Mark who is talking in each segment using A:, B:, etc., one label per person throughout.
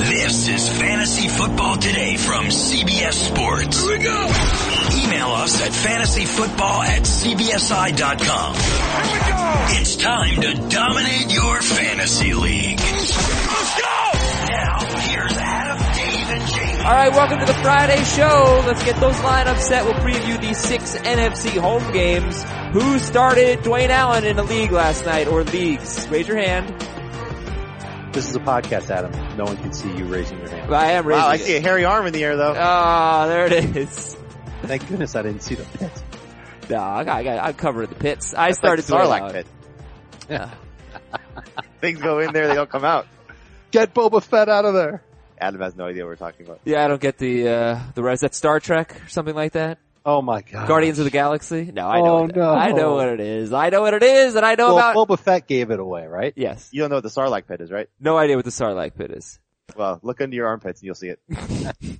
A: is Fantasy Football Today from CBS Sports. Here we go. Email us at fantasyfootball at cbsi.com. Here we go. It's time to dominate your fantasy league. Let's go. Now, here's Adam, Dave, and Jamie.
B: All right, welcome to the Friday show. Let's get those lineups set. We'll preview the six NFC home games. Who started Dwayne Allen in the league last night or leagues? Raise your hand.
C: This is a podcast, Adam. No one can see you raising your hand.
B: I am raising.
D: Wow, I
B: it.
D: see a hairy arm in the air though.
B: Ah, there it is.
C: Thank goodness I didn't see the pit.
B: No, I got, I got, I'm covering the pits. I
D: It's like
B: started Dwayne
D: Sarlacc
B: Allen.
D: pit.
B: Yeah.
D: Things go in there, they don't come out.
C: Get Boba Fett out of there.
D: Adam has no idea what we're talking about.
B: Yeah, I don't get the uh the rest. That's Star Trek or something like that.
C: Oh my god.
B: Guardians of the Galaxy. No, I know.
C: Oh,
B: what-
C: no.
B: I know what it is. I know what it is, and I know
C: Well,
B: about.
C: Boba Fett gave it away, right?
B: yes.
D: You don't know what the Sarlacc pit is, right?
B: No idea what the Sarlacc pit is.
D: Well, look under your armpits and you'll see it.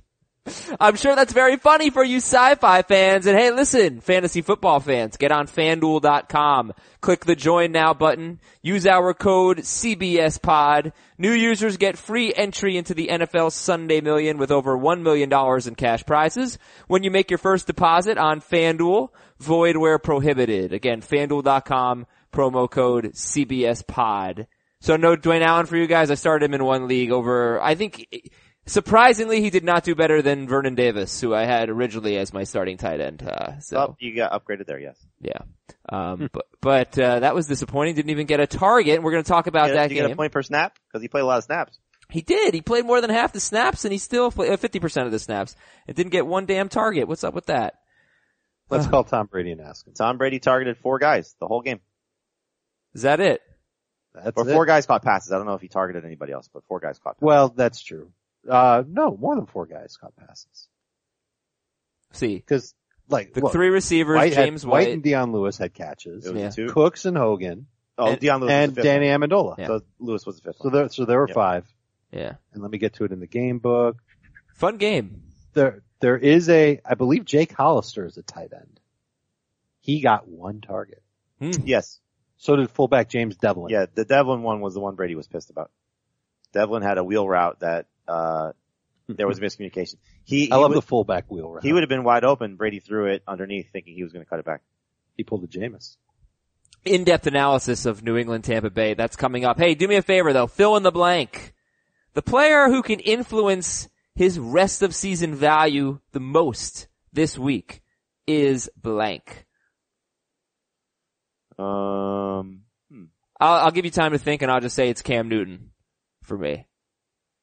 B: I'm sure that's very funny for you sci-fi fans. And hey, listen, fantasy football fans, get on fanduel.com. Click the join now button. Use our code CBSPOD. New users get free entry into the NFL Sunday Million with over $1 million in cash prizes when you make your first deposit on FanDuel, void where prohibited. Again, fanduel.com, promo code CBSPOD. So no Dwayne Allen for you guys. I started him in one league over, I think, surprisingly, he did not do better than Vernon Davis, who I had originally as my starting tight end. Uh, so,
D: Oh, you got upgraded there, yes.
B: yeah. Um, but, but, uh, that was disappointing. Didn't even get a target. We're going to talk about
D: you
B: that
D: you get a
B: game.
D: point per snap? Because he played a lot of snaps.
B: He did. He played more than half the snaps and he still played uh, 50% of the snaps and didn't get one damn target. What's up with that? Uh-huh.
C: Let's call Tom Brady and ask him.
D: Tom Brady targeted four guys the whole game.
B: Is that it?
C: That's
D: Or
C: it.
D: four guys caught passes. I don't know if he targeted anybody else, but four guys caught passes.
C: Well, that's true. Uh, no, more than four guys caught passes.
B: See,
C: Cause, like,
B: the
C: look,
B: three receivers,
C: White had-
B: James White.
C: and Deion Lewis had catches.
D: It was
B: Yeah.
D: two.
C: Cooks and Hogan.
D: Oh,
B: and-
D: Deion Lewis
C: and
D: was the fifth
C: Danny Amendola.
B: Yeah.
D: one. So Lewis was the fifth
C: So
D: one.
C: there, so there were
D: Yeah.
C: five.
B: yeah.
C: And let me get to it in the game book.
B: Fun game.
C: There, there is a, I believe Jake Hollister is a tight end. He got one target.
B: Hmm.
D: Yes.
C: So did fullback James Devlin.
D: Yeah, the Devlin one was the one Brady was pissed about. Devlin had a wheel route that, uh, there was miscommunication. He,
C: I
D: he
C: love
D: was-
C: the fullback wheel route.
D: He would have been wide open. Brady threw it underneath thinking he was going to cut it back.
C: He pulled the Jameis.
B: in-depth analysis of New England Tampa Bay. That's coming up. Hey, do me a favor though. Fill in the blank. The player who can influence his rest of season value the most this week is blank.
D: Um, hmm.
B: I'll, I'll give you time to think and I'll just say it's Cam Newton for me.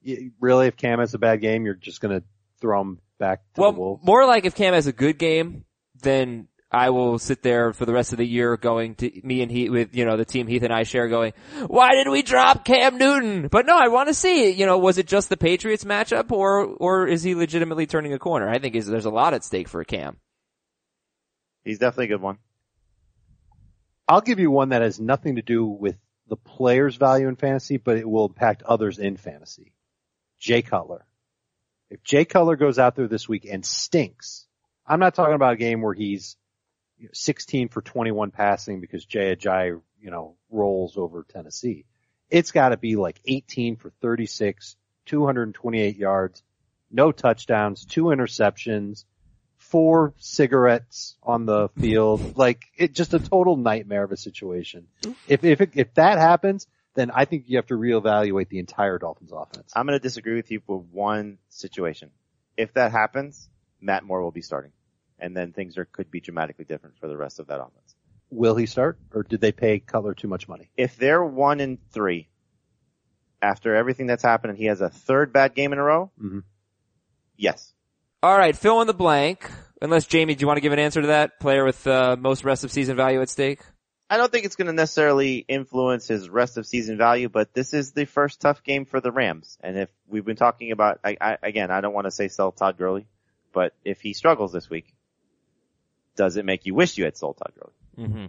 C: Y- Really, if Cam has a bad game, you're just gonna throw him back to the
B: Well,
C: Wolves.
B: more like if Cam has a good game, then I will sit there for the rest of the year going to me and Heath with, you know, the team Heath and I share going, why did we drop Cam Newton? But no, I want to see, you know, was it just the Patriots matchup or, or is he legitimately turning a corner? I think is- there's a lot at stake for Cam.
D: he's definitely a good one.
C: I'll give you one that has nothing to do with the player's value in fantasy, but it will impact others in fantasy. Jay Cutler. If Jay Cutler goes out there this week and stinks, I'm not talking about a game where he's you know, 16 for 21 passing because Jay Ajayi, you know, rolls over Tennessee. It's gotta be like 18 for 36, 228 yards, no touchdowns, two interceptions, four cigarettes on the field. like it just a total nightmare of a situation. If if it, if that happens, then I think you have to reevaluate the entire Dolphins offense.
D: I'm going to disagree with you for one situation. If that happens, Matt Moore will be starting. And then things are, could be dramatically different for the rest of that offense.
C: Will he start, or did they pay Cutler too much money?
D: If they're one and three, after everything that's happened and he has a third bad game in a row,
C: Mhm.
D: yes.
B: All right. Fill in the blank. Unless Jamie, do you want to give an answer to that player with uh, most rest of season value at stake?
D: I don't think it's going to necessarily influence his rest of season value, but this is the first tough game for the Rams. And if we've been talking about, I, I, again, I don't want to say sell Todd Gurley, but if he struggles this week, does it make you wish you had sold Todd Gurley?
B: Mm-hmm.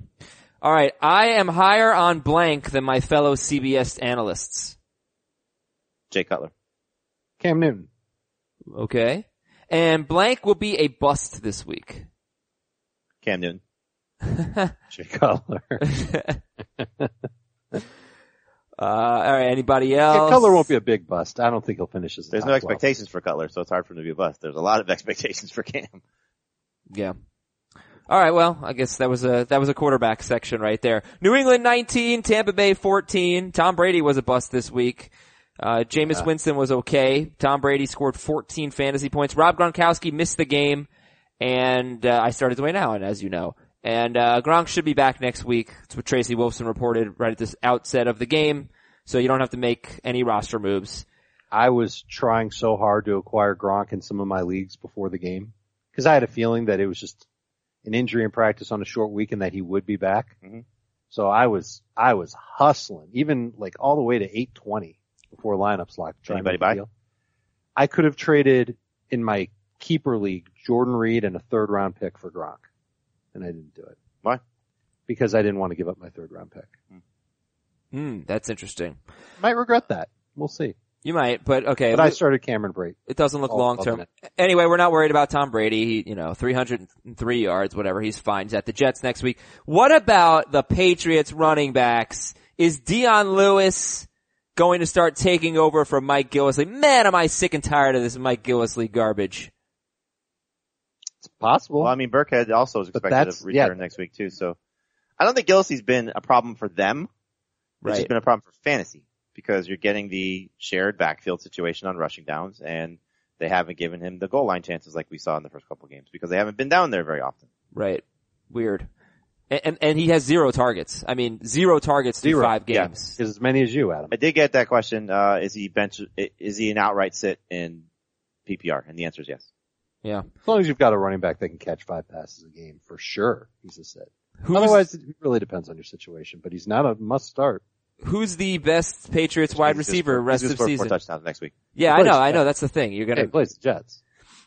B: All right. I am higher on blank than my fellow CBS analysts.
D: Jay Cutler.
C: Cam Newton.
B: Okay. And blank will be a bust this week.
D: Cam Newton.
C: Jay Cutler.
B: uh, Uh, all right. Anybody else?
C: Yeah, Cutler won't be a big bust. I don't think he'll finish as a
D: There's
C: top
D: no
C: 12.
D: expectations for Cutler, so it's hard for him to be a bust. There's a lot of expectations for Cam.
B: Yeah. All right. Well, I guess that was a that was a quarterback section right there. New England 19, Tampa Bay 14. Tom Brady was a bust this week. Uh, Jameis Winston was okay. Tom Brady scored 14 fantasy points. Rob Gronkowski missed the game, and uh, I started Dwayne Allen, as you know. And uh, Gronk should be back next week. That's what Tracy Wolfson reported right at this outset of the game. So you don't have to make any roster moves.
C: I was trying so hard to acquire Gronk in some of my leagues before the game because I had a feeling that it was just an injury in practice on a short week and that he would be back.
D: Mhm.
C: So I was I was hustling even like all the way to 820 before lineups locked. to try and
D: Anybody
C: make a
D: buy?
C: deal. I could have traded in my keeper league Jordan Reed and a third round pick for Gronk, and I didn't do it.
D: Why?
C: Because I didn't want to give up my third round pick.
B: Hmm, that's interesting.
C: Might regret that. We'll see.
B: You might, but okay.
C: But I started Cameron Brate.
B: It doesn't look
C: Oh,
B: long term.
C: doesn't
B: Anyway, we're not worried about Tom Brady. He, you know, 303 yards, whatever. He's fine. He's at the Jets next week. What about the Patriots running backs? Is Dion Lewis going to start taking over from Mike Gillisley? Man, am I sick and tired of this Mike Gillisley garbage.
C: It's possible.
D: Well, I mean, Burkhead also is
C: But
D: expected
C: that's-
D: to return
C: yeah.
D: next week too, so I don't think Gillisey's been a problem for them. It's just
B: Right.
D: been a problem for fantasy because you're getting the shared backfield situation on rushing downs and they haven't given him the goal line chances like we saw in the first couple games because they haven't been down there very often.
B: Right. Weird. And, and, and he has zero targets. I mean, zero targets through
C: Zero.
B: five
D: Yeah.
B: games.
C: Is as many as you, Adam.
D: I did get that question. Uh, is he bench? i- Is he an outright sit in PPR? And the answer is yes.
B: Yeah.
C: As long as you've got a running back that can catch five passes a game, for sure, he's a sit.
B: Who's,
C: Otherwise, it really depends on your situation, but he's not a must start.
B: who's the best Patriots wide
D: He's gonna
B: receiver
D: score-
B: rest
D: he's
B: of
D: gonna score
B: season?
D: Four touchdowns next week.
B: Yeah, I
C: Please,
B: know, I
C: yeah.
B: know. That's the thing. You're
C: Hey,
B: gonna,
C: he plays the Jets.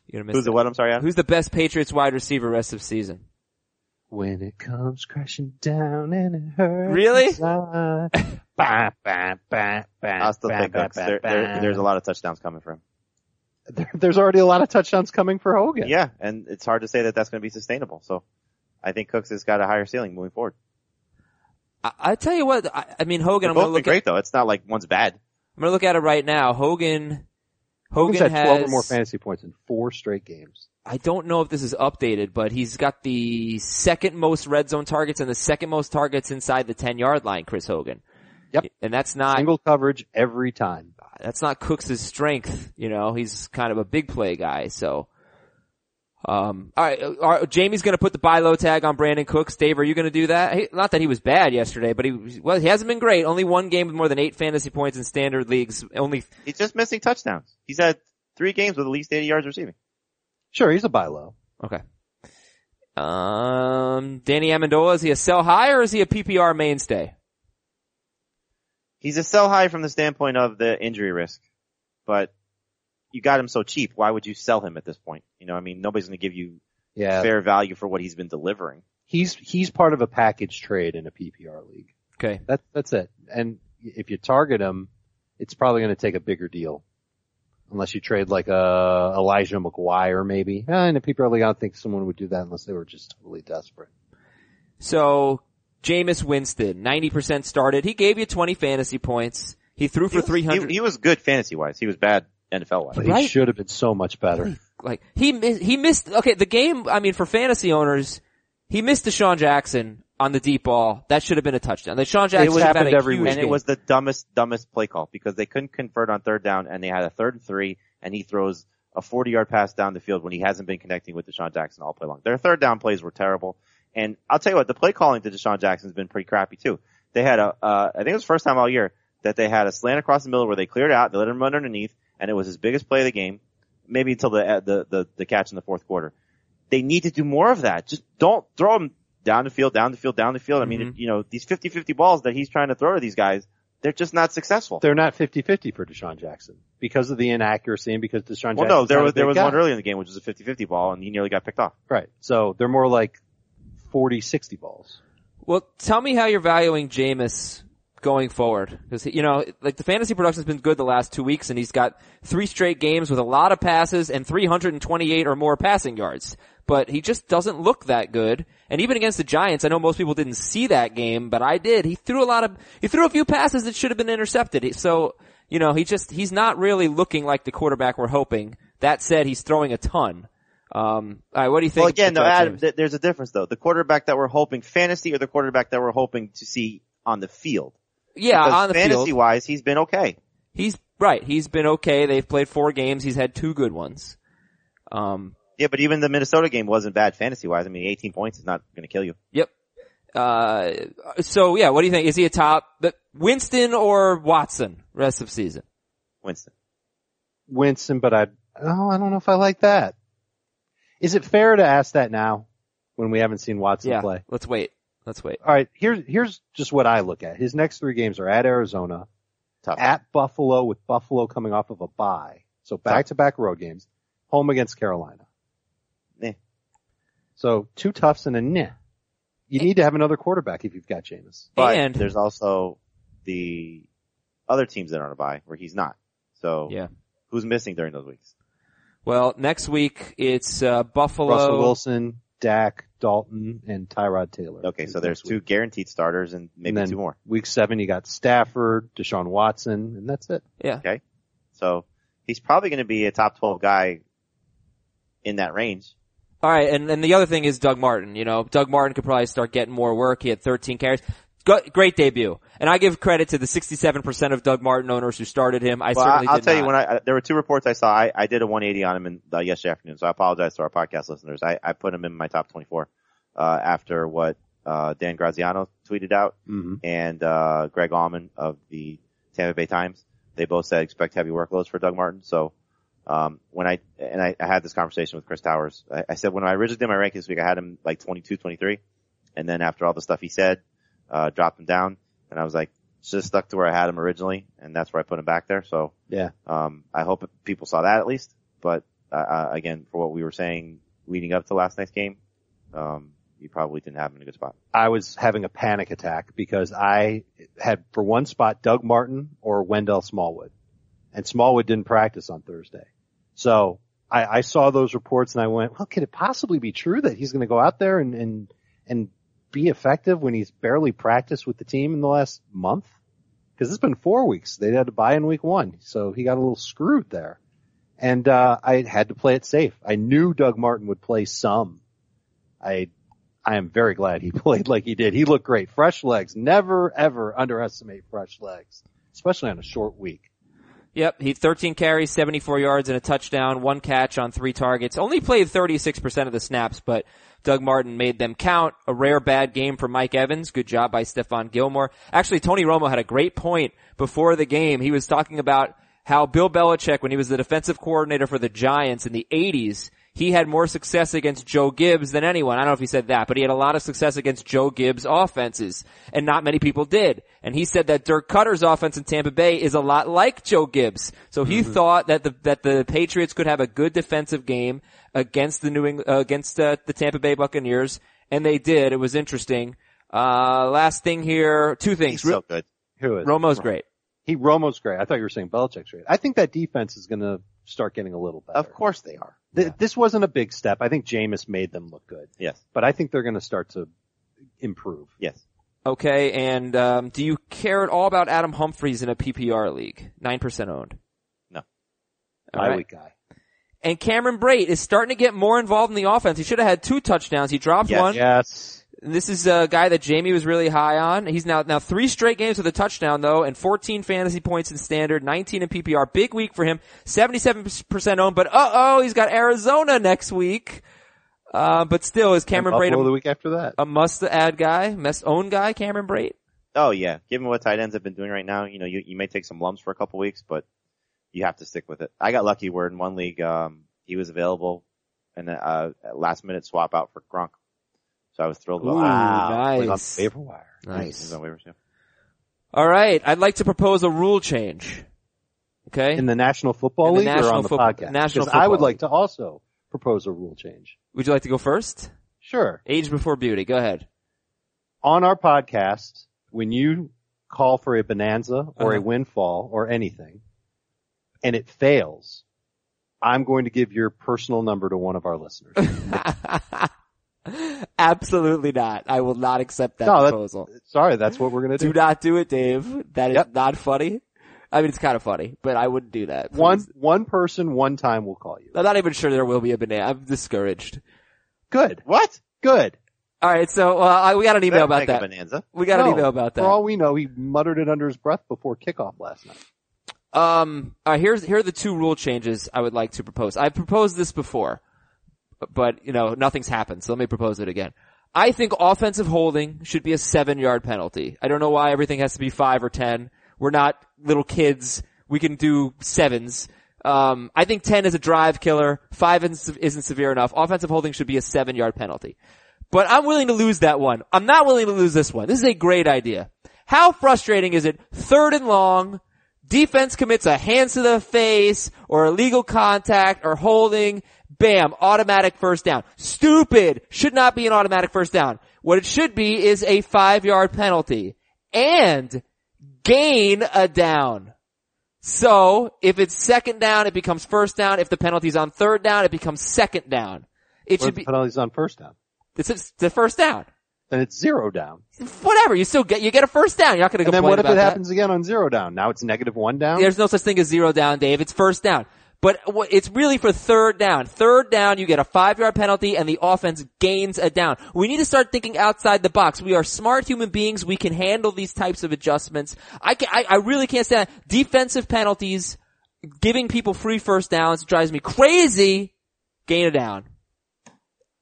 B: you're gonna miss
D: Who's
B: that.
D: the what? I'm sorry, Adam.
B: Who's the best Patriots wide receiver rest of season?
C: When it comes crashing down and it hurts.
B: Really?
C: inside. bah, bah, bah, bah,
D: I still
C: bah,
D: think
C: bah,
D: Cooks.
C: bah,
D: There, there,
C: bah.
D: there's a lot of touchdowns coming for him.
C: There- there's already a lot of touchdowns coming for
D: Yeah.
C: Hogan.
D: and it's hard to say that that's going to be sustainable. So I think Cooks has got a higher ceiling moving forward.
B: I, I tell you what, I, I mean Hogan.
D: They're
B: I'm gonna
D: both been
B: look. At,
D: great though. It's not like one's bad.
B: I'm gonna look at it right now. Hogan. Hogan
C: Hogan's had
B: has.
C: 12 or more fantasy points in four straight games.
B: I don't know if this is updated, but he's got the second most red zone targets and the second most targets inside the ten yard line. Chris Hogan.
C: Yep.
B: And that's not
C: Single coverage every time.
B: that's not Cooks' strength. You know, he's kind of a big play guy. So, um, all right, uh, are, Jamie's going to put the buy low tag on Brandon Cooks. Dave, are you going to do that? He, not that he was bad yesterday, but he was- well, he hasn't been great. Only one game with more than eight fantasy points in standard leagues. Only
D: He's just missing touchdowns. He's had three games with at least 80 yards receiving.
C: Sure, he's a buy low.
B: okay. Um, Danny Amendola is he a sell high or is he a PPR mainstay?
D: He's a sell high from the standpoint of the injury risk, but you got him so cheap. Why would you sell him at this point? You know, I mean, nobody's going to give you
C: Yeah.
D: fair value for what he's been delivering.
C: He's, he's part of a package trade in a PPR league.
B: Okay,
C: That, that's it. And if you target him, it's probably going to take a bigger deal. Unless you trade like uh Elijah McGuire maybe. Eh, And the people league, I don't think someone would do that unless they were just totally desperate.
B: so Jameis Winston, ninety percent started. He gave you twenty fantasy points. He threw for
D: He was-
B: three hundred.
D: He, he was good fantasy wise. He was bad NFL wise.
C: But
B: Right.
C: he should have been so much better.
B: like he miss, he missed okay the game I mean for fantasy owners he missed Deshaun Jackson on the deep ball that should have been a touchdown. Deshaun Jackson
C: was-
B: should have had
C: happened
B: a
C: every
B: huge
C: week.
D: And it
B: game.
D: was the dumbest, dumbest play call because they couldn't convert on third down and they had a third and three and he throws a 40 yard pass down the field when he hasn't been connecting with Deshaun Jackson all play long. Their third down plays were terrible. And I'll tell you what, the play calling to Deshaun Jackson has been pretty crappy too. They had a, uh, I think it was the first time all year that they had a slant across the middle where they cleared out, they let him run underneath and it was his biggest play of the game, maybe until the, uh, the, the, the catch in the fourth quarter. They need to do more of that. Just don't throw him down the field, down the field, down the field. I mean,
B: Mhm.
D: you know, these 50-50 balls that he's trying to throw to these guys, they're just not successful.
C: They're not 50-50 for Deshaun Jackson because of the inaccuracy and because Deshaun
D: well,
C: Jackson.
D: no, there was, there was one earlier in the game, which was a 50-50 ball and he nearly got picked off.
C: Right. So they're more like 40-60 balls.
B: well tell me how you're valuing Jameis going forward because you know like the fantasy production's been good the last two weeks and he's got three straight games with a lot of passes and 328 or more passing yards but he just doesn't look that good. And even against the Giants, I know most people didn't see that game, but I did. He threw a lot of, he threw a few passes that should have been intercepted. So, you know, he just, he's not really looking like the quarterback we're hoping. That said, he's throwing a ton. Um, all right, what do you think?
D: Well, again,
B: of the
D: no,
B: Jets,
D: Adam,
B: James?
D: th- there's a difference though. The quarterback that we're hoping fantasy or the quarterback that we're hoping to see on the field.
B: yeah,
D: Because
B: Uh, on the
D: fantasy
B: field.
D: wise, he's been okay.
B: He's right. He's been okay. They've played four games. He's had two good ones. Um,
D: Yeah, but even the Minnesota game wasn't bad fantasy wise. I mean, 18 points is not going to kill you.
B: yep. Uh, so yeah, what do you think? Is he a top, the- Winston or Watson rest of season?
D: Winston.
C: Winston, but I, oh, I don't know if I like that. Is it fair to ask that now when we haven't seen Watson
B: Yeah.
C: play?
B: Let's wait. Let's wait.
C: All right, here's, here's just what I look at. His next three games are at Arizona,
D: Tough.
C: at Buffalo with Buffalo coming off of a bye. So back to back road games, home against Carolina.
D: Meh.
C: So two toughs and a neh. You need to have another quarterback if you've got Jameis.
D: but
B: and-
D: there's also the other teams that aren't a buy where he's not. So
B: Yeah.
D: who's missing during those weeks?
B: Well, next week it's, uh, Buffalo.
C: Russell Wilson, Dak, Dalton, and Tyrod Taylor.
D: Okay, so
C: Next
D: there's
C: week.
D: two guaranteed starters and maybe
C: And then
D: two more.
C: Week seven, you got Stafford, Deshaun Watson, and that's it.
B: Yeah.
D: So he's probably going to be a top 12 guy in that range.
B: All right, and and the other thing is Doug Martin. You know, Doug Martin could probably start getting more work. He had 13 carries. Go, great debut, and I give credit to the 67% of Doug Martin owners who started him. I
D: Well, I,
B: certainly
D: I'll
B: did
D: tell
B: not.
D: you when I, I- there were two reports I saw. I, I did a 180 on him in, uh, yesterday afternoon, so I apologize to our podcast listeners. I, I put him in my top 24 uh, after what uh, Dan Graziano tweeted out
C: Mm-hmm.
D: and uh, Greg Allman of the Tampa Bay Times. They both said expect heavy workloads for Doug Martin. So um, when I and I, I had this conversation with Chris Towers, I, I said when I originally did my ranking this week, I had him like 22, 23, and then after all the stuff he said, uh, dropped him down, and I was like just stuck to where I had him originally, and that's where I put him back there. So
C: Yeah.
D: um, I hope people saw that at least. But uh, uh, again, for what we were saying leading up to last night's game, um, you probably didn't have him in a good spot.
C: I was having a panic attack because I had for one spot Doug Martin or Wendell Smallwood. And Smallwood didn't practice on Thursday. So I, I saw those reports and I went, well, could it possibly be true that he's going to go out there and, and, and be effective when he's barely practiced with the team in the last month? Cause it's been four weeks. They had to buy in week one. So he got a little screwed there. And, uh, I had to play it safe. I knew Doug Martin would play some. I I am very glad he played like he did. He looked great. Fresh legs. Never ever underestimate fresh legs, especially on a short week.
B: Yep, he 13 carries, 74 yards and a touchdown, one catch on three targets. Only played 36% of the snaps, but Doug Martin made them count. A rare bad game for Mike Evans. Good job by Stephon Gilmore. Actually, Tony Romo had a great point before the game. He was talking about how Bill Belichick, when he was the defensive coordinator for the Giants in the 80s, he had more success against Joe Gibbs than anyone. I don't know if he said that, but he had a lot of success against Joe Gibbs offenses, and not many people did. And he said that Dirk Cutter's offense in Tampa Bay is a lot like Joe Gibbs. So
D: Mm-hmm.
B: he thought that the that the Patriots could have a good defensive game against the New England, uh, against uh, the Tampa Bay Buccaneers, and they did. It was interesting. Uh, last thing here, two
D: He's
B: things.
D: so good.
C: Who is
B: Romo's great.
C: he? Romo's great. I thought you were saying Belichick's great. I think that defense is going to start getting a little better.
D: Of course they are.
C: Th- This wasn't a big step. I think Jameis made them look good,
D: Yes.
C: but I think they're going to start to improve.
D: Yes.
B: Okay, and um, do you care at all about Adam Humphries in a PPR league? Nine percent owned.
D: No.
B: All
C: My
B: right.
C: week guy.
B: And Cameron Brait is starting to get more involved in the offense. He should have had two touchdowns. He dropped
D: Yes.
B: one.
C: Yes.
B: And This is a guy that Jamie was really high on. He's now now three straight games with a touchdown though, and 14 fantasy points in standard, 19 in PPR. Big week for him. 77% owned, but uh oh, he's got Arizona next week. Uh, but still, is Cameron
C: Buffalo
B: Brait
C: the week after that.
B: a, a must-add guy, must-own guy? Cameron Brait.
D: Oh yeah. Given what tight ends have been doing right now, you know, you, you may take some lumps for a couple weeks, but you have to stick with it. I got lucky where in one league, um, he was available and uh, a last minute swap out for Gronk. So I was thrilled about
B: Wow.
C: Went on
B: nice.
C: the waiver wire.
D: that. He was on waivers, yeah.
B: All right, I'd like to propose a rule change. Okay,
C: In the National Football
B: In the
C: League or
B: National
C: on the
B: Football-
C: podcast?
B: National
C: Because I would
B: Football
C: like to also propose a rule change.
B: would you like to go first?
C: Sure.
B: Age before beauty. Go ahead.
C: on our podcast, when you call for a bonanza or a
B: Uh-huh.
C: windfall or anything and it fails, I'm going to give your personal number to one of our listeners.
B: Absolutely not. I will not accept that
C: No, that-
B: proposal.
C: Sorry, that's what we're going to do.
B: Do not do it, Dave. That is
C: Yep.
B: not funny. I mean, it's kind of funny, but I wouldn't do that. please.
C: One one person, one time will call you.
B: I'm not even sure there will be a banana. I'm discouraged.
C: Good,
D: What?
C: good.
B: All right, so uh, I, we got an email
D: That'll
B: about
D: make a
B: that.
D: bonanza.
B: We got an
C: No,
B: email about
C: For
B: that.
C: all we know, he muttered it under his breath before kickoff last night.
B: Um, all right, here's here are the two rule changes I would like to propose. I've proposed this before, but you know nothing's happened, so let me propose it again. I think offensive holding should be a seven yard penalty. I don't know why everything has to be five or ten. We're not little kids. We can do sevens. Um, I think ten is a drive killer. Five isn't, isn't severe enough. Offensive holding should be a seven yard penalty. But I'm willing to lose that one. I'm not willing to lose this one. This is a great idea. How frustrating is it? Third and long, defense commits a hands to the face or illegal contact or holding, bam, automatic first down. Stupid! Should not be an automatic first down. What it should be is a five yard penalty and gain a down. So if it's second down, it becomes first down. If the penalty's on third down, it becomes second down. It
C: Or
B: should
C: the
B: be,
C: penalties on first down.
B: it's it's the first down.
C: Then it's zero down.
B: Whatever, you still get, you get a first down. You're not gonna
C: And then
B: complain
C: what if
B: about
C: it
B: that.
C: happens again on zero down? Now it's negative one down.
B: There's no such thing as zero down, Dave. It's first down. But wh- it's really for third down. Third down, you get a five yard penalty and the offense gains a down. We need to start thinking outside the box. We are smart human beings. We can handle these types of adjustments. I can, I, I really can't stand that. defensive penalties, giving people free first downs drives me crazy. Gain a down.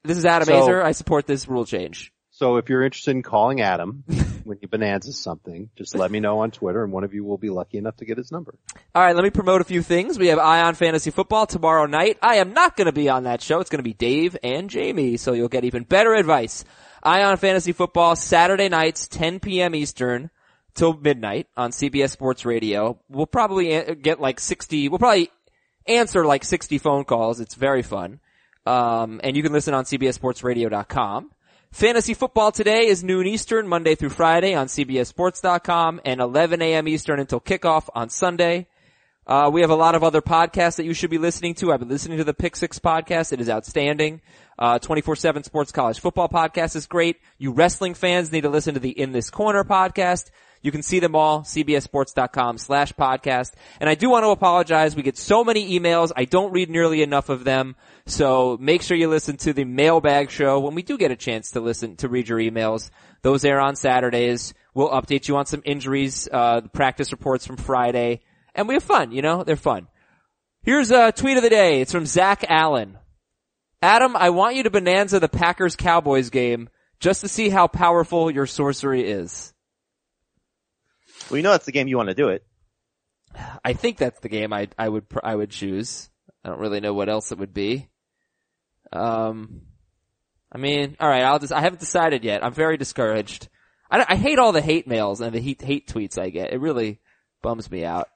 B: This is Adam
C: So-
B: Azer. I support this rule change.
C: So if you're interested in calling Adam when he bonanzas something, just let me know on Twitter and one of you will be lucky enough to get his number.
B: All right, let me promote a few things. We have Ion Fantasy Football tomorrow night. I am not going to be on that show. It's going to be Dave and Jamie, so you'll get even better advice. Ion Fantasy Football Saturday nights, 10 p.m. Eastern till midnight on CBS Sports Radio. We'll probably a- get like 60. We'll probably answer like 60 phone calls. It's very fun. Um, and you can listen on CBSSportsRadio.com. Fantasy football today is noon Eastern, Monday through Friday on CBSSports.com and 11 a.m. Eastern until kickoff on Sunday. Uh, we have a lot of other podcasts that you should be listening to. I've been listening to the Pick Six podcast. It is outstanding. Uh, 24-7 Sports College Football podcast is great. You wrestling fans need to listen to the In This Corner podcast. You can see them all, cbsports.com slash podcast. And I do want to apologize. We get so many emails. I don't read nearly enough of them. So make sure you listen to the mailbag show when we do get a chance to listen, to read your emails. Those air on Saturdays. We'll update you on some injuries, uh, practice reports from Friday and we have fun, you know? They're fun. Here's a tweet of the day. It's from Zach Allen. Adam, I want you to bonanza the Packers Cowboys game just to see how powerful your sorcery is.
D: Well, you know that's the game you want to do it.
B: I think that's the game I, I would, pr- I would choose. I don't really know what else it would be. Um, I mean, all right, I'll just, I haven't decided yet. I'm very discouraged. I, don't- I hate all the hate mails and the hate, hate tweets I get. It really bums me out.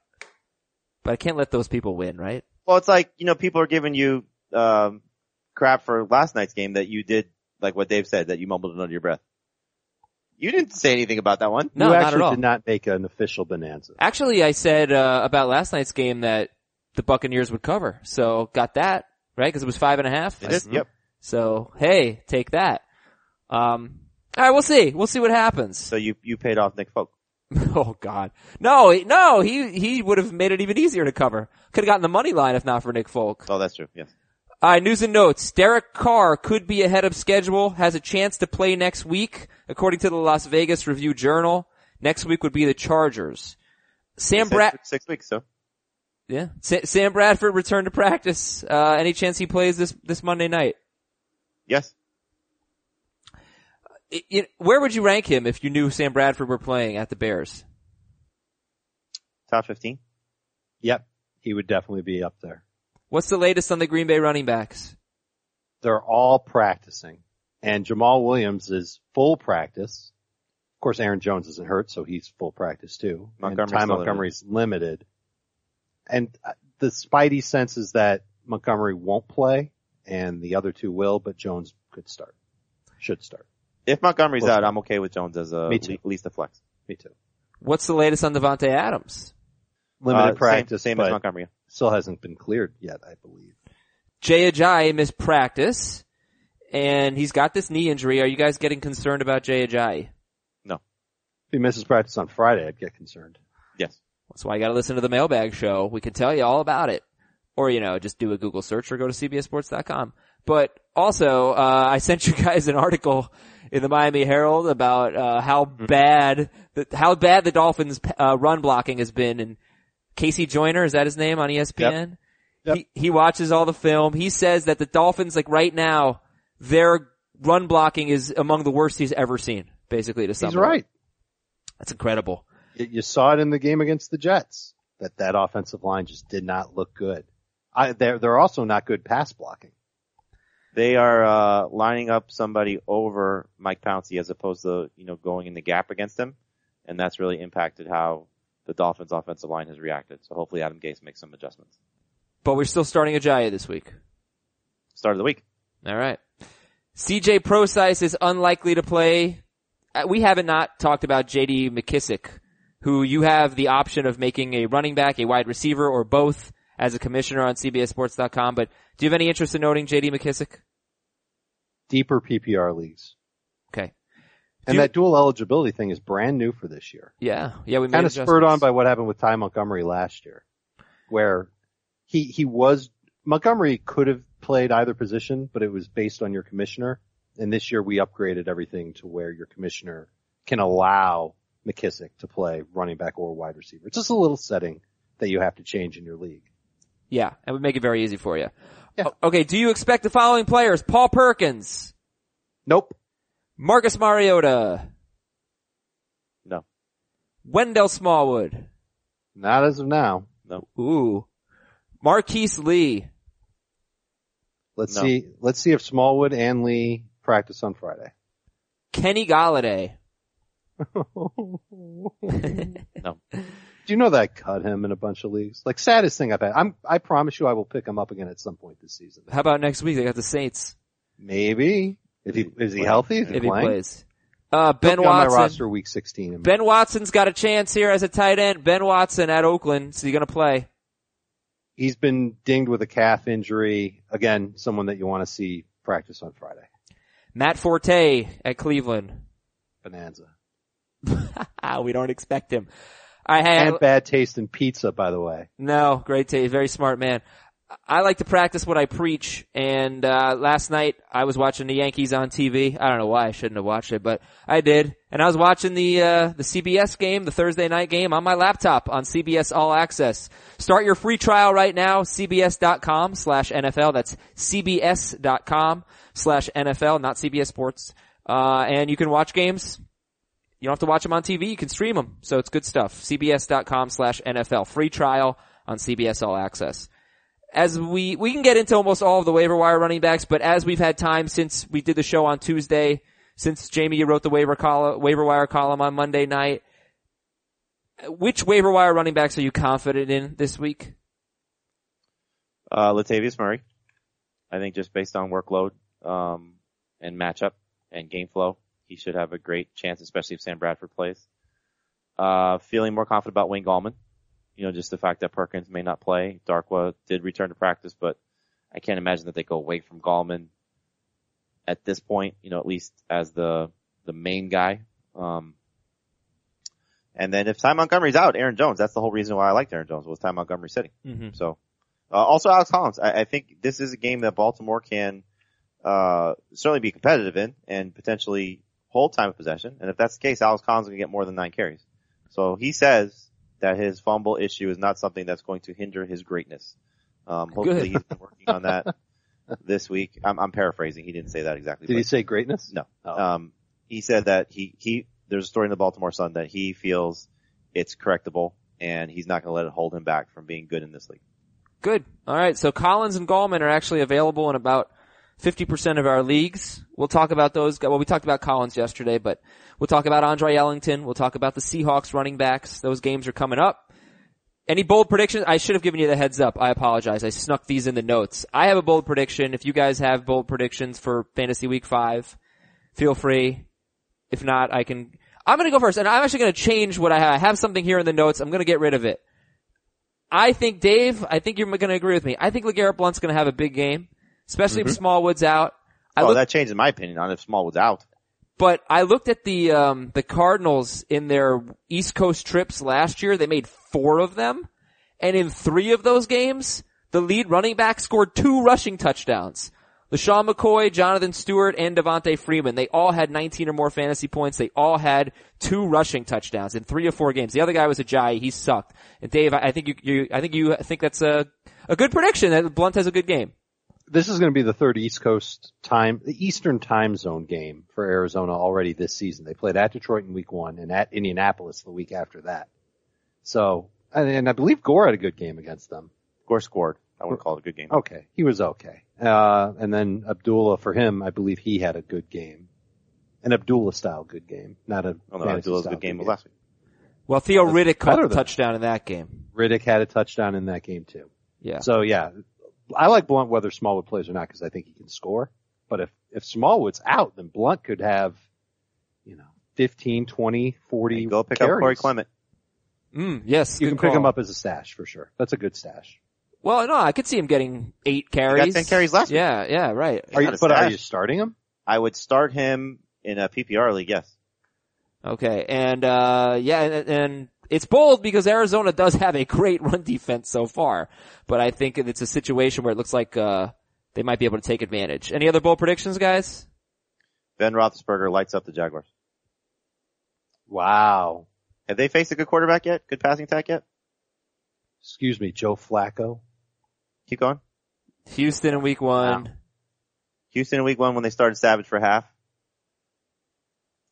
B: But I can't let those people win, right?
D: Well, it's like, you know, people are giving you, um, crap for last night's game that you did, like what Dave said, that you mumbled it under your breath. You didn't say anything about that one.
B: No,
C: you
B: not
C: actually
B: at all.
C: did not make an official bonanza.
B: Actually, I said uh, about last night's game that the Buccaneers would cover, so got that right because it was five and a half.
D: It
C: Mm-hmm.
D: is? Yep.
B: So hey, take that. Um, all right, we'll see. We'll see what happens.
D: So you, you paid off Nick Folk.
B: oh God, no, he- no, he he would have made it even easier to cover. Could have gotten the money line if not for Nick Folk.
D: Oh, that's true. Yes.
B: All right, news and notes. Derek Carr could be ahead of schedule, has a chance to play next week, according to the Las Vegas Review Journal. Next week would be the Chargers. Sam
D: Six-
B: Brat.
D: Six weeks, so.
B: Yeah. Sa- Sam Bradford returned to practice. Uh, any chance he plays this, this Monday night?
D: Yes.
B: I- I- where would you rank him if you knew Sam Bradford were playing at the Bears?
D: Top 15.
C: Yep. He would definitely be up there.
B: What's the latest on the Green Bay running backs?
C: They're all practicing and Jamal Williams is full practice. Of course, Aaron Jones isn't hurt, so he's full practice too.
D: Montgomery's
C: and Ty
D: still
C: Montgomery's limited. And uh, the Spidey sense is that Montgomery won't play and the other two will, but Jones could start. Should start.
D: If Montgomery's
C: Well,
D: out, I'm okay with Jones as a,
C: Me too.
D: at least a flex.
C: Me too.
B: What's the latest on Devontae Adams?
C: Limited
D: Uh, same-
C: practice,
D: Same,
C: but
D: as Montgomery.
C: still hasn't been cleared yet, I believe.
B: Jay Ajayi missed practice, and he's got this knee injury. Are you guys getting concerned about Jay Ajayi?
C: If he misses practice on Friday, I'd get concerned.
D: Yes.
B: That's why you gotta listen to the mailbag show. We can tell you all about it. Or, you know, just do a Google search or go to cbsports.com. But also, uh, I sent you guys an article in the Miami Herald about, uh, how bad, the, how bad the Dolphins, uh, run blocking has been and Casey Joyner, is that his name on E ESPN?
C: Yep.
B: He, he watches all the film. He says that the Dolphins, like right now, their run blocking is among the worst he's ever seen, basically to sum
C: He's
B: it up.
C: right.
B: That's incredible.
C: You, you saw it in the game against the Jets that that offensive line just did not look good. I, they're, they're also not good pass blocking.
D: They are uh, lining up somebody over Mike Pouncey as opposed to you know going in the gap against him, and that's really impacted how the Dolphins' offensive line has reacted. So hopefully Adam Gase makes some adjustments.
B: But we're still starting Ajayi this week.
D: Start of the week.
B: All right. CJ Procyse is unlikely to play. Uh, We haven't not talked about JD McKissick, who you have the option of making a running back, a wide receiver, or both as a commissioner on CBSSports.com. But do you have any interest in noting JD McKissick?
C: Deeper PPR leagues.
B: Okay.
C: And
B: Do-
C: that dual eligibility thing is brand new for this year.
B: Yeah. Yeah. We made
C: kind of spurred on
B: adjustments.
C: by what happened with Ty Montgomery last year, where he he was Montgomery could have played either position, but it was based on your commissioner. And this year we upgraded everything to where your commissioner can allow McKissick to play running back or wide receiver. It's just a little setting that you have to change in your league.
B: Yeah. That would make it very easy for you.
C: Yeah.
B: O- Okay. Do you expect the following players? Paul Perkins,
C: Nope.
B: Marcus Mariota,
D: No,
B: Wendell Smallwood.
C: Not as of now.
B: Ooh. Marquise Lee.
C: Let's
D: No.
C: see, let's see if Smallwood and Lee practice on Friday.
B: Kenny Galladay.
D: no.
C: Do you know that I cut him in a bunch of leagues? Like saddest thing I've had. I'm, I promise you I will pick him up again at some point this season.
B: How about next week? They got the Saints
C: Maybe. If he, is he healthy? Is he
B: if he
C: playing?
B: plays. Uh,
C: He'll
B: Ben
C: be on my
B: Watson.
C: roster week 16.
B: Ben Watson's got a chance here as a tight end. Ben Watson at Oakland. So you're going to play.
C: He's been dinged with a calf injury. Again, someone that you want to see practice on Friday.
B: Matt Forte at Cleveland.
C: Bonanza.
B: Ah, we don't expect him. I had,
C: And bad taste in pizza, by the way.
B: no, great day. Very smart man. I like to practice what I preach, and uh, last night I was watching the Yankees on TV. I don't know why I shouldn't have watched it, but I did. And I was watching the uh, the CBS game, the Thursday night game, on my laptop on CBS All Access. Start your free trial right now. CBS.com slash NFL. That's CBS.com slash NFL, not CBS Sports. Uh, and you can watch games. You don't have to watch them on TV. You can stream them. So it's good stuff. CBS.com slash NFL. Free trial on CBS All Access. As we, we can get into almost all of the waiver wire running backs, but as we've had time since we did the show on Tuesday, since Jamie, you wrote the waiver column, waiver wire column on Monday night, which waiver wire running backs are you confident in this week?
D: Uh, Latavius Murray. I think just based on workload, um, and matchup and game flow, he should have a great chance, especially if Sam Bradford plays. Uh, feeling more confident about Wayne Gallman. You know, just the fact that Perkins may not play. Darkwa did return to practice, but I can't imagine that they go away from Gallman at this point, you know, at least as the, the main guy. Um, and then if Ty Montgomery's out, Aaron Jones, that's the whole reason why I liked Aaron Jones was Ty Montgomery sitting.
B: Mm-hmm.
D: So, uh, also Alex Collins. I, I think this is a game that Baltimore can uh, certainly be competitive in and potentially hold time of possession. And if that's the case, Alex Collins is going to get more than nine carries. So he says that his fumble issue is not something that's going to hinder his greatness. Um, hopefully
B: Good.
D: he's been working on that this week. I'm, I'm paraphrasing. He didn't say that exactly.
C: Did
D: but-
C: he say greatness?
D: No.
C: Oh.
D: um, he said that he, he, there's a story in the Baltimore Sun that he feels it's correctable and he's not going to let it hold him back from being good in this league.
B: Good. All right. So Collins and Gallman are actually available in about 50% of our leagues. We'll talk about those. gu- Well, we talked about Collins yesterday, but we'll talk about Andre Ellington. We'll talk about the Seahawks running backs. Those games are coming up. Any bold predictions? I should have given you the heads up. I apologize. I snuck these in the notes. I have a bold prediction. If you guys have bold predictions for fantasy week five, feel free. If not, I can, I'm going to go first and I'm actually going to change what I have. I have something here in the notes. I'm going to get rid of it. I think Dave, I think you're going to agree with me. I think LeGarrette Blunt's going to have a big game, especially if Smallwood's out. I
D: oh,
B: look,
D: that changes my opinion on if Smallwood's out.
B: but I looked at the um, the Cardinals in their East Coast trips last year. They made four of them, and in three of those games, the lead running back scored two rushing touchdowns. LaShawn McCoy, Jonathan Stewart, and Devontae Freeman. They all had 19 or more fantasy points. They all had two rushing touchdowns in three or four games. The other guy was Ajayi. He sucked. And Dave, I I think you, you I think you think that's a, a good prediction that Blunt has a good game.
C: This is going to be the third East Coast time, the Eastern time zone game for Arizona already this season. They played at Detroit in week one and at Indianapolis the week after that. So, and, and I believe Gore had a good game against them.
D: Gore scored. I would call it a good game.
C: Okay. He was okay. Uh, and then Abdullah for him, I believe he had a good game. An Abdullah style good game, not a
D: Although
C: fantasy
D: Abdullah's
C: style
D: good game was last week.
B: Well, Theo Riddick caught
C: better
B: a
C: than-
B: touchdown in that game.
C: Riddick had a touchdown in that game too.
B: Yeah.
C: So yeah, I like Blunt whether Smallwood plays or not because I think he can score. But if, if Smallwood's out, then Blunt could have, you know, 15, 20, 40
D: You go pick
C: carries.
D: up Corey Clement.
B: Mm, yes.
C: You
B: good
C: can pick
B: call.
C: him up as a stash for sure. That's a good stash.
B: Well, no, I could see him getting eight carries.
D: 10 carries last week.
B: Yeah, yeah, right.
C: Are you,
D: Not a
C: but are
D: stash.
C: you starting him?
D: I would start him in a PPR league, yes.
B: Okay, and uh yeah, and, and it's bold because Arizona does have a great run defense so far, but I think it's a situation where it looks like uh they might be able to take advantage. Any other bold predictions, guys?
D: Ben Roethlisberger lights up the Jaguars.
C: Wow.
D: Have they faced a good quarterback yet? Good passing attack yet?
C: Excuse me, Joe Flacco.
D: Keep going.
B: Houston in week one.
D: Houston in week one when they started Savage for half,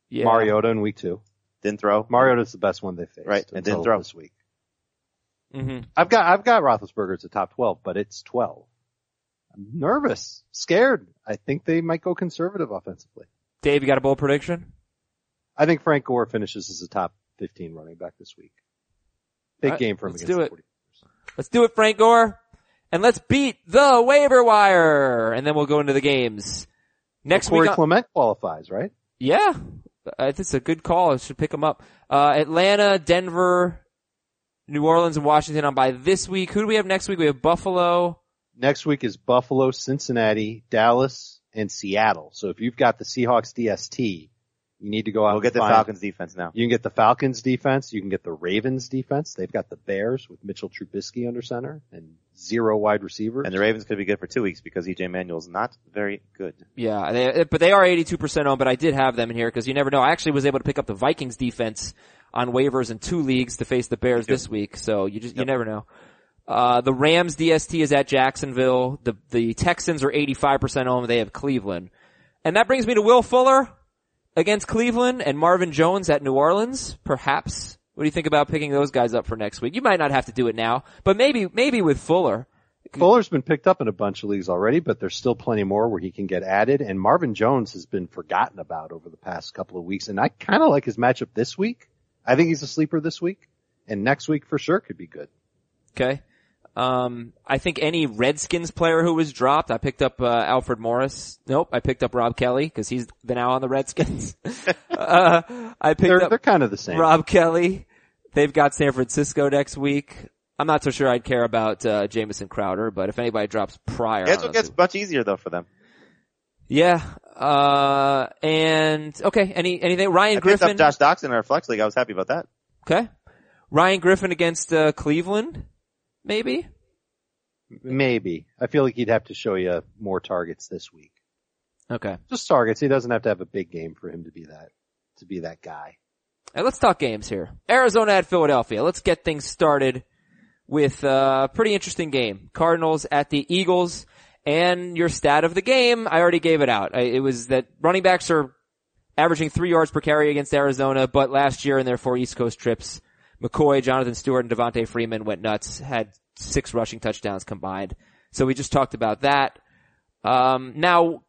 B: Yeah.
C: Mariota in week two.
D: didn't throw.
C: Mariota's the best one they faced.
D: Right, and
C: until
D: didn't throw.
C: this week.
B: hmm
C: I've got I've got Roethlisberger as a top twelve, but it's twelve. I'm nervous, scared. I think they might go conservative offensively.
B: Dave, you got a bold prediction?
C: I think Frank Gore finishes as a top fifteen running back this week. Big
B: All right,
C: game for him
B: let's
C: against
B: do
C: the
B: it.
C: 40.
B: Let's do it, Frank Gore, and let's beat the waiver wire, and then we'll go into the games next
C: Corey
B: week. on-
C: Clement qualifies, right?
B: Yeah, I think it's a good call. I should pick them up. Uh, Atlanta, Denver, New Orleans, and Washington on by this week. Who do we have next week? We have Buffalo.
C: Next week is Buffalo, Cincinnati, Dallas, and Seattle. So if you've got the Seahawks DST, you need to go out
D: We'll
C: and
D: get the
C: find-
D: Falcons defense now.
C: You can get the Falcons defense. You can get the Ravens defense. They've got the Bears with Mitchell Trubisky under center and zero wide receivers.
D: And the Ravens could be good for two weeks because EJ Manuel's not very good.
B: Yeah, they, but they are 82% on, but I did have them in here because you never know. I actually was able to pick up the Vikings defense on waivers in two leagues to face the Bears this week, so you just, you never know. Uh, the Rams DST is at Jacksonville. The, the Texans are 85% on, they have Cleveland. And that brings me to Will Fuller against Cleveland and Marvin Jones at New Orleans, perhaps. What do you think about picking those guys up for next week? You might not have to do it now, but maybe, maybe with Fuller.
C: Fuller's been picked up in a bunch of leagues already, but there's still plenty more where he can get added. And Marvin Jones has been forgotten about over the past couple of weeks. And I kind of like his matchup this week. I think he's a sleeper this week and next week for sure could be good.
B: Okay. Um, I think any Redskins player who was dropped, I picked up uh, Alfred Morris. Nope, I picked up Rob Kelly because he's now on the Redskins. uh, I picked
C: They're,
B: up
C: they're kind of the same.
B: Rob Kelly. They've got San Francisco next week. I'm not so sure I'd care about uh, Jamison Crowder, but if anybody drops prior,
D: Schedule gets much easier though for them.
B: yeah. Uh, and okay, any anything? Ryan
D: I picked
B: Griffin.
D: up Josh Doxson in our flex league. I was happy about that.
B: Okay, Ryan Griffin against uh, Cleveland, maybe.
C: Maybe. I feel like he'd have to show you more targets this week.
B: Okay.
C: Just targets. He doesn't have to have a big game for him to be that, to be that guy.
B: Hey, let's talk games here. Arizona at Philadelphia. Let's get things started with uh, a pretty interesting game. Cardinals at the Eagles and your stat of the game. I already gave it out. I, it was that running backs are averaging three yards per carry against Arizona, but last year in their four East Coast trips, McCoy, Jonathan Stewart, and Devontae Freeman went nuts, had six rushing touchdowns combined. So we just talked about that. Um, now,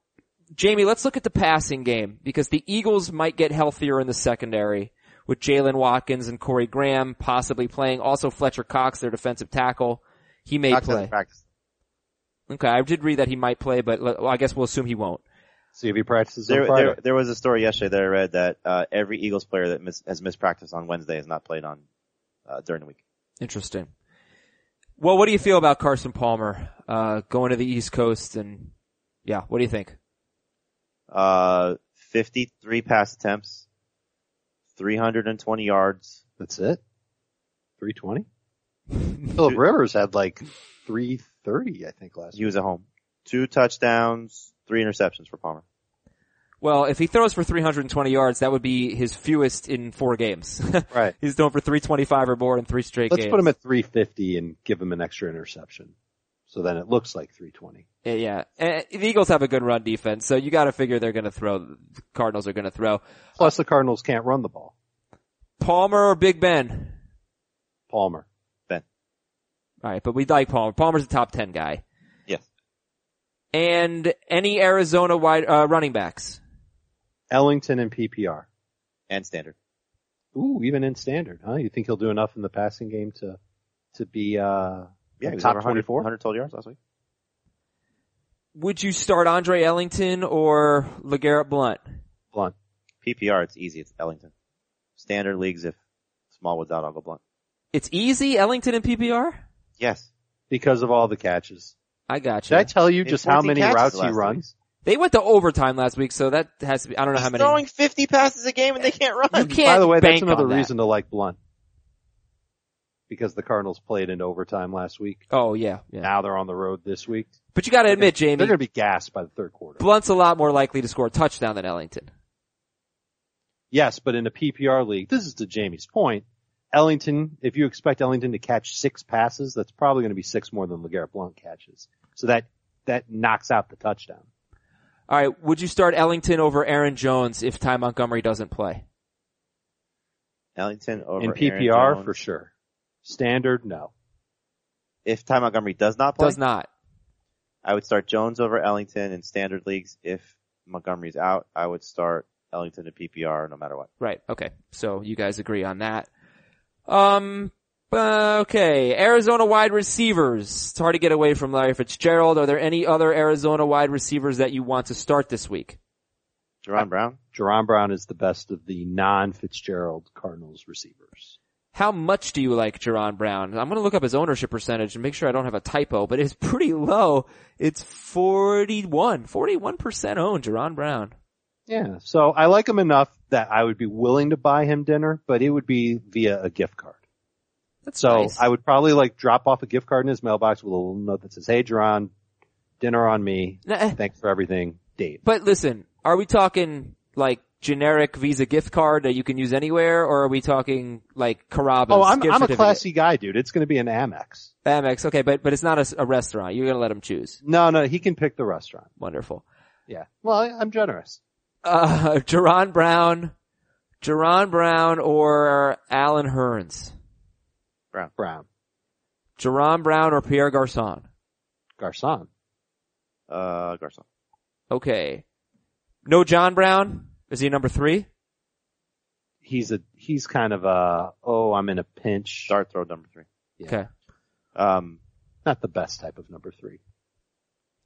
B: Jamie, let's look at the passing game because the Eagles might get healthier in the secondary with Jalen Watkins and Corey Graham possibly playing. Also Fletcher Cox, their defensive tackle. He may
D: Dox
B: play.
D: hasn't practiced.
B: Okay, I did read that he might play, but well, I guess we'll assume he won't.
C: See if he practices on
D: There,
C: Friday.
D: there, there was a story yesterday that I read that uh, every Eagles player that mis- has missed practice on Wednesday has not played on uh, during the week.
B: Interesting. Well, what do you feel about Carson Palmer uh, going to the East Coast? And yeah, what do you think?
D: Uh, 53 pass attempts, 320 yards.
C: That's it. 320? Philip Rivers had like 330, I think, last
D: He
C: year.
D: was at home. Two touchdowns, three interceptions for Palmer.
B: Well, if he throws for 320 yards, that would be his fewest in four games.
C: Right.
B: He's thrown for 325 or more in three straight
C: Let's
B: games.
C: put him at 350 and give him an extra interception. So then it looks like 320.
B: Yeah, Eh, Yeah. And the Eagles have a good run defense, so you gotta figure they're gonna throw, the Cardinals are gonna throw.
C: Plus the Cardinals can't run the ball.
B: Palmer or Big Ben?
C: Palmer.
B: Alright, but we like Palmer. Palmer's a top 10 guy.
D: Yes.
B: And any Arizona wide, uh, running backs?
C: Ellington and PPR.
D: And standard.
C: Ooh, even in standard, huh? You think he'll do enough in the passing game to, to be, uh,
D: Yeah,
C: Like
D: he was
C: top
D: over 100
C: 24?
D: 100 total yards last week.
B: Would you start Andre Ellington or LeGarrette Blunt?
C: blunt?
D: PPR, it's easy. It's Ellington. Standard leagues, if Smallwood's out, I'll go blunt.
B: It's easy, Ellington and PPR?
D: Yes.
C: Because of all the catches.
B: I got
C: Did
B: you.
C: I tell you
D: He had
C: just how
D: 14
C: many
D: catches
C: routes he
D: last
C: runs?
B: They went to overtime last week, so that has to be, I don't know how
D: He's
B: many.
D: throwing 50 passes a game and they can't run.
B: you can't
C: By the way, that's
B: bank
C: another
B: on that.
C: reason to like Blunt. Because the Cardinals played in overtime last week.
B: Oh yeah, yeah.
C: Now they're on the road this week.
B: But you gotta admit, Jamie,
C: They're going to be gassed by the third quarter.
B: Blunt's a lot more likely to score a touchdown than Ellington.
C: Yes, but in a PPR league, this is to Jamie's point. Ellington, if you expect Ellington to catch six passes, that's probably going to be six more than LeGarrette Blunt catches. So that, that knocks out the touchdown.
B: All right, would you start Ellington over Aaron Jones if Ty Montgomery doesn't play?
D: Ellington over
C: in
D: Aaron
C: PPR,
D: Jones.
C: for sure. Standard, no.
D: If Ty Montgomery does not play,
B: Does not.
D: I would start Jones over Ellington in standard leagues. If Montgomery's out, I would start Ellington in PPR no matter what.
B: Right. Okay. So you guys agree on that. Um. uh, Okay. Arizona wide receivers. It's hard to get away from Larry Fitzgerald. Are there any other Arizona wide receivers that you want to start this week?
D: Jerron Brown,
C: Jerron Brown is the best of the non-Fitzgerald Cardinals receivers.
B: How much do you like Jerron Brown? I'm going to look up his ownership percentage and make sure I don't have a typo, but it's pretty low. It's 41, 41% owned Jerron Brown.
C: Yeah. So I like him enough that I would be willing to buy him dinner, but it would be via a gift card.
B: That's
C: So
B: nice.
C: I would probably like drop off a gift card in his mailbox with a little note that says, Hey, Jerron, dinner on me.
B: Nah.
C: Thanks for everything. Dave.
B: But listen, are we talking like generic Visa gift card that you can use anywhere, or are we talking like Carrabba's
C: Oh, I'm,
B: gift
C: I'm a
B: certificate?
C: classy guy, dude. It's going to be an Amex.
B: Amex? Okay, but but it's not a, s- a restaurant. You're gonna let him choose.
C: No, no, he can pick the restaurant.
B: Wonderful.
C: Yeah. Well, I, I'm generous.
B: Uh, Jerron Brown, Jerron Brown, or Alan Hearns.
C: Brown.
B: Jerron Brown or Pierre Garcon.
C: Garcon.
D: uh, Garcon.
B: Okay. No John Brown. Is he number three?
C: He's a, he's kind of a, oh, I'm in a pinch.
D: Start throw number three.
C: Yeah.
B: Okay.
D: Um,
C: Not the best type of number three.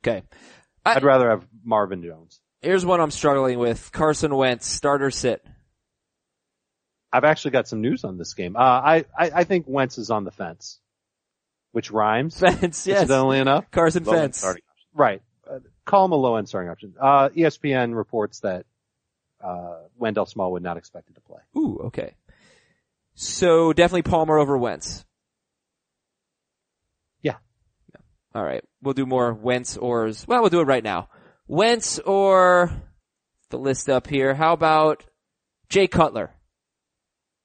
B: Okay. I-
C: I'd rather have Marvin Jones.
B: Here's one I'm struggling with. Carson Wentz, starter sit.
C: I've actually got some news on this game. Uh, I, I, I think Wentz is on the fence, which rhymes.
B: Fence, yes.
C: Incidentally enough.
B: Carson
D: Logan
B: Fence.
D: starting.
C: Right. Uh, call him a low end starting option. Uh, ESPN reports that, uh, Wendell Smallwood not expected to play.
B: Ooh, okay. So definitely Palmer over Wentz.
C: Yeah.
B: All right, we'll do more Wentz ors. Well, we'll do it right now. Wentz or the list up here. How about Jay Cutler?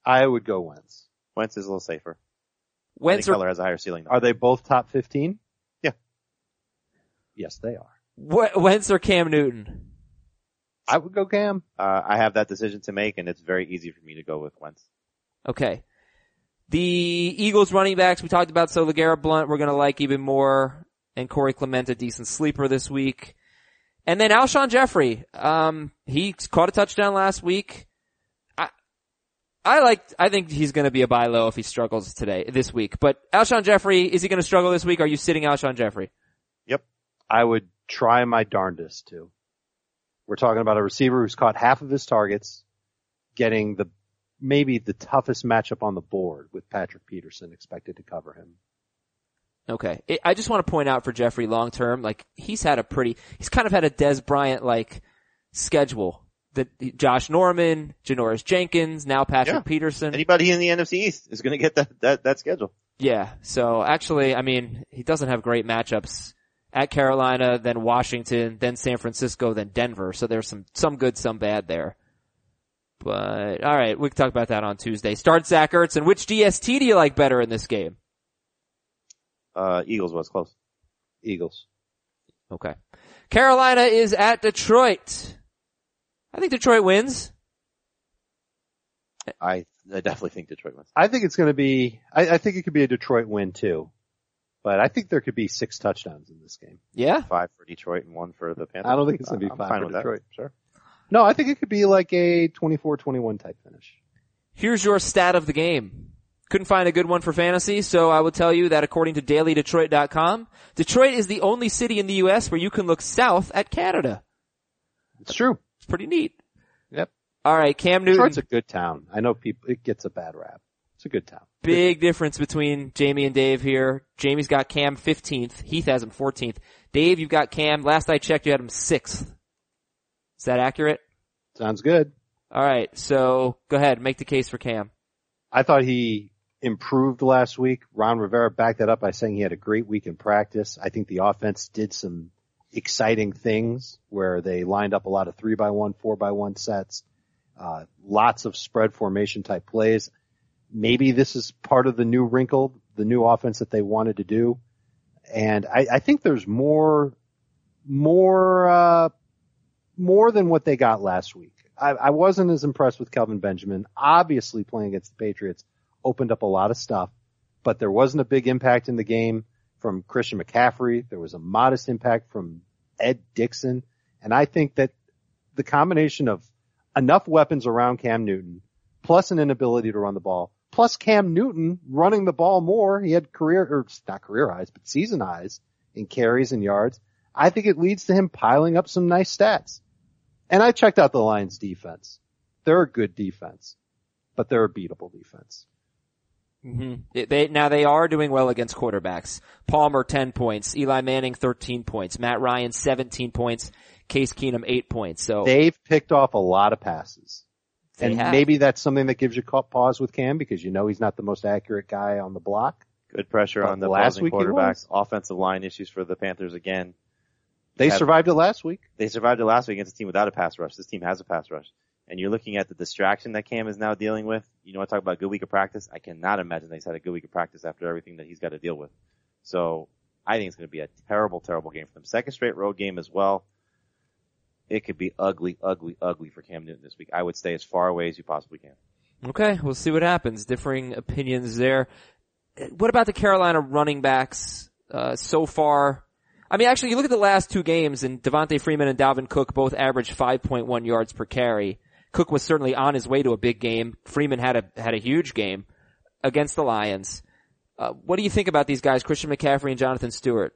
C: I would go Wentz.
D: Wentz is a little safer.
B: Wentz
D: I think
B: or
D: Keller has a higher ceiling. Though.
C: Are they both top 15?
D: Yeah.
C: Yes, they are.
B: Wh- Wentz or Cam Newton?
C: I would go Cam.
D: Uh, I have that decision to make, and it's very easy for me to go with Wentz.
B: Okay. The Eagles running backs we talked about, so LeGarrette Blunt we're gonna like even more, and Corey Clement a decent sleeper this week. And then Alshon Jeffrey, um, he caught a touchdown last week. I, I like, I think he's gonna be a buy low if he struggles today, this week. But Alshon Jeffrey, is he gonna struggle this week? Are you sitting Alshon Jeffrey?
C: I would try my darndest to. We're talking about a receiver who's caught half of his targets, getting the maybe the toughest matchup on the board with Patrick Peterson expected to cover him.
B: Okay. It, I just want to point out for Jeffrey long term, like he's had a pretty, he's kind of had a Des Bryant like schedule. That Josh Norman, Janoris Jenkins, now Patrick
D: Yeah.
B: Peterson.
D: Anybody in the NFC East is going to get that, that, that schedule.
B: Yeah. So actually, I mean, he doesn't have great matchups at Carolina, then Washington, then San Francisco, then Denver. So there's some, some good, some bad there. But all right, we can talk about that on Tuesday. Start Zach Ertz and which DST do you like better in this game?
D: Uh, Eagles was close.
C: Eagles.
B: Okay. Carolina is at Detroit. I think Detroit wins.
D: I, I definitely think Detroit wins.
C: I think it's going to be, I, I think it could be a Detroit win too, but I think there could be six touchdowns in this game.
B: Yeah.
D: Five for Detroit and one for the Panthers.
C: I don't think it's going to be
D: I'm
C: five
D: fine
C: for
D: with that.
C: Detroit. Sure. No, I think it could be like a 24-21 type finish.
B: Here's your stat of the game. Couldn't find a good one for fantasy, so I will tell you that according to dailydetroit.com, Detroit is the only city in the U.S. where you can look south at Canada.
C: It's true.
B: It's pretty neat.
C: Yep.
B: All right, Cam Newton.
C: Detroit's a good town. I know people, it gets a bad rap. It's a good town.
B: big difference between Jamie and Dave here. Jamie's got Cam 15th. Heath has him 14th. Dave, you've got Cam. Last I checked, you had him 6th. Is that accurate?
C: Sounds good.
B: All right, so go ahead, make the case for Cam.
C: I thought he improved last week. Ron Rivera backed that up by saying he had a great week in practice. I think the offense did some exciting things where they lined up a lot of three by one, four by one sets, uh, lots of spread formation type plays. Maybe this is part of the new wrinkle, the new offense that they wanted to do. And I, I think there's more, more, uh, more than what they got last week. I, I wasn't as impressed with Kelvin Benjamin. Obviously playing against the Patriots opened up a lot of stuff, but there wasn't a big impact in the game from Christian McCaffrey. There was a modest impact from Ed Dixon. And I think that the combination of enough weapons around Cam Newton plus an inability to run the ball plus Cam Newton running the ball more. He had career or not career highs, but season highs in carries and yards. I think it leads to him piling up some nice stats. And I checked out the Lions defense. They're a good defense, but they're a beatable defense.
B: Mm-hmm. They, they- now they are doing well against quarterbacks. Palmer 10 points, Eli Manning 13 points, Matt Ryan 17 points, Case Keenum 8 points. So
C: They've picked off a lot of passes.
B: Oh. they
C: and
B: have.
C: maybe that's something that gives you ca- pause with Cam because you know he's not the most accurate guy on the block.
D: Good pressure
C: But
D: on the
C: last
D: last
C: week he
D: quarterbacks. Offensive line issues for the Panthers again.
C: They
D: Yeah.
C: survived it last week.
D: They survived it last week against a team without a pass rush. This team has a pass rush. And you're looking at the distraction that Cam is now dealing with. You know, I talk about good week of practice. I cannot imagine that he's had a good week of practice after everything that he's got to deal with. So I think it's going to be a terrible, terrible game for them. Second straight road game as well. It could be ugly, ugly, ugly for Cam Newton this week. I would stay as far away as you possibly can.
B: Okay, we'll see what happens. Differing opinions there. Uh, What about the Carolina running backs uh, so far? I mean, actually, you look at the last two games, and Devontae Freeman and Dalvin Cook both averaged 5.1 yards per carry. Cook was certainly on his way to a big game. Freeman had a had a huge game against the Lions. Uh, what do you think about these guys, Christian McCaffrey and Jonathan Stewart?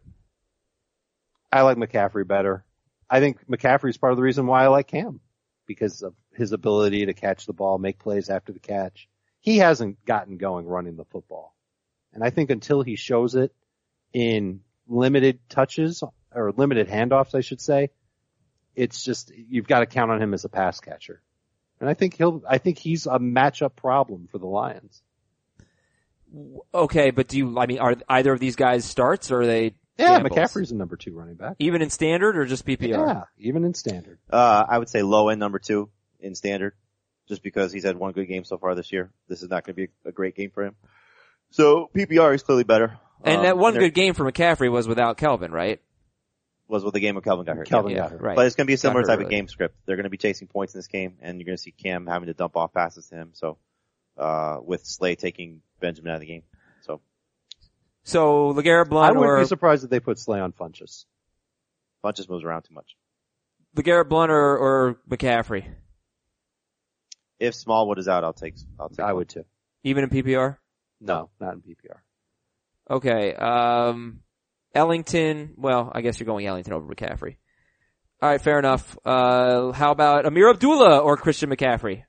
C: I like McCaffrey better. I think McCaffrey is part of the reason why I like Cam because of his ability to catch the ball, make plays after the catch. He hasn't gotten going running the football. And I think until he shows it in limited touches or limited handoffs, I should say, it's just, you've got to count on him as a pass catcher. And I think he'll, I think he's a matchup problem for the Lions.
B: W- Okay, but do you? I mean, are either of these guys starts, or are they?
C: Yeah,
B: gambles?
C: McCaffrey's a number two running back.
B: even in standard or just PPR?
C: Yeah, even in standard.
D: Uh, I would say low end number two in standard, just because he's had one good game so far this year. This is not going to be a, a great game for him. So PPR is clearly better.
B: And
D: Um,
B: that one
D: there
B: good game for McCaffrey was without Kelvin, right?
D: was with the game when Calvin got hurt.
C: Kelvin
B: Yeah,
C: got hurt.
B: right.
D: But it's going to be a similar
B: hurt
D: type of
B: early.
D: game script. They're going to be chasing points in this game, and you're going to see Cam having to dump off passes to him. So, uh, with Slay taking Benjamin out of the game. So
B: so LeGarrette
C: I
B: Blunt
C: wouldn't
B: or
C: be surprised if they put Slay on Funches.
D: Bunch just moves around too much.
B: LeGarrette Blunt or, or McCaffrey,
D: If Smallwood is out, I'll take. I'll take.
C: I would too.
B: even in PPR.
C: No, not in PPR.
B: Okay. Um, Ellington. Well, I guess you're going Ellington over McCaffrey. All right, fair enough. Uh, how about Amir Abdullah or Christian McCaffrey?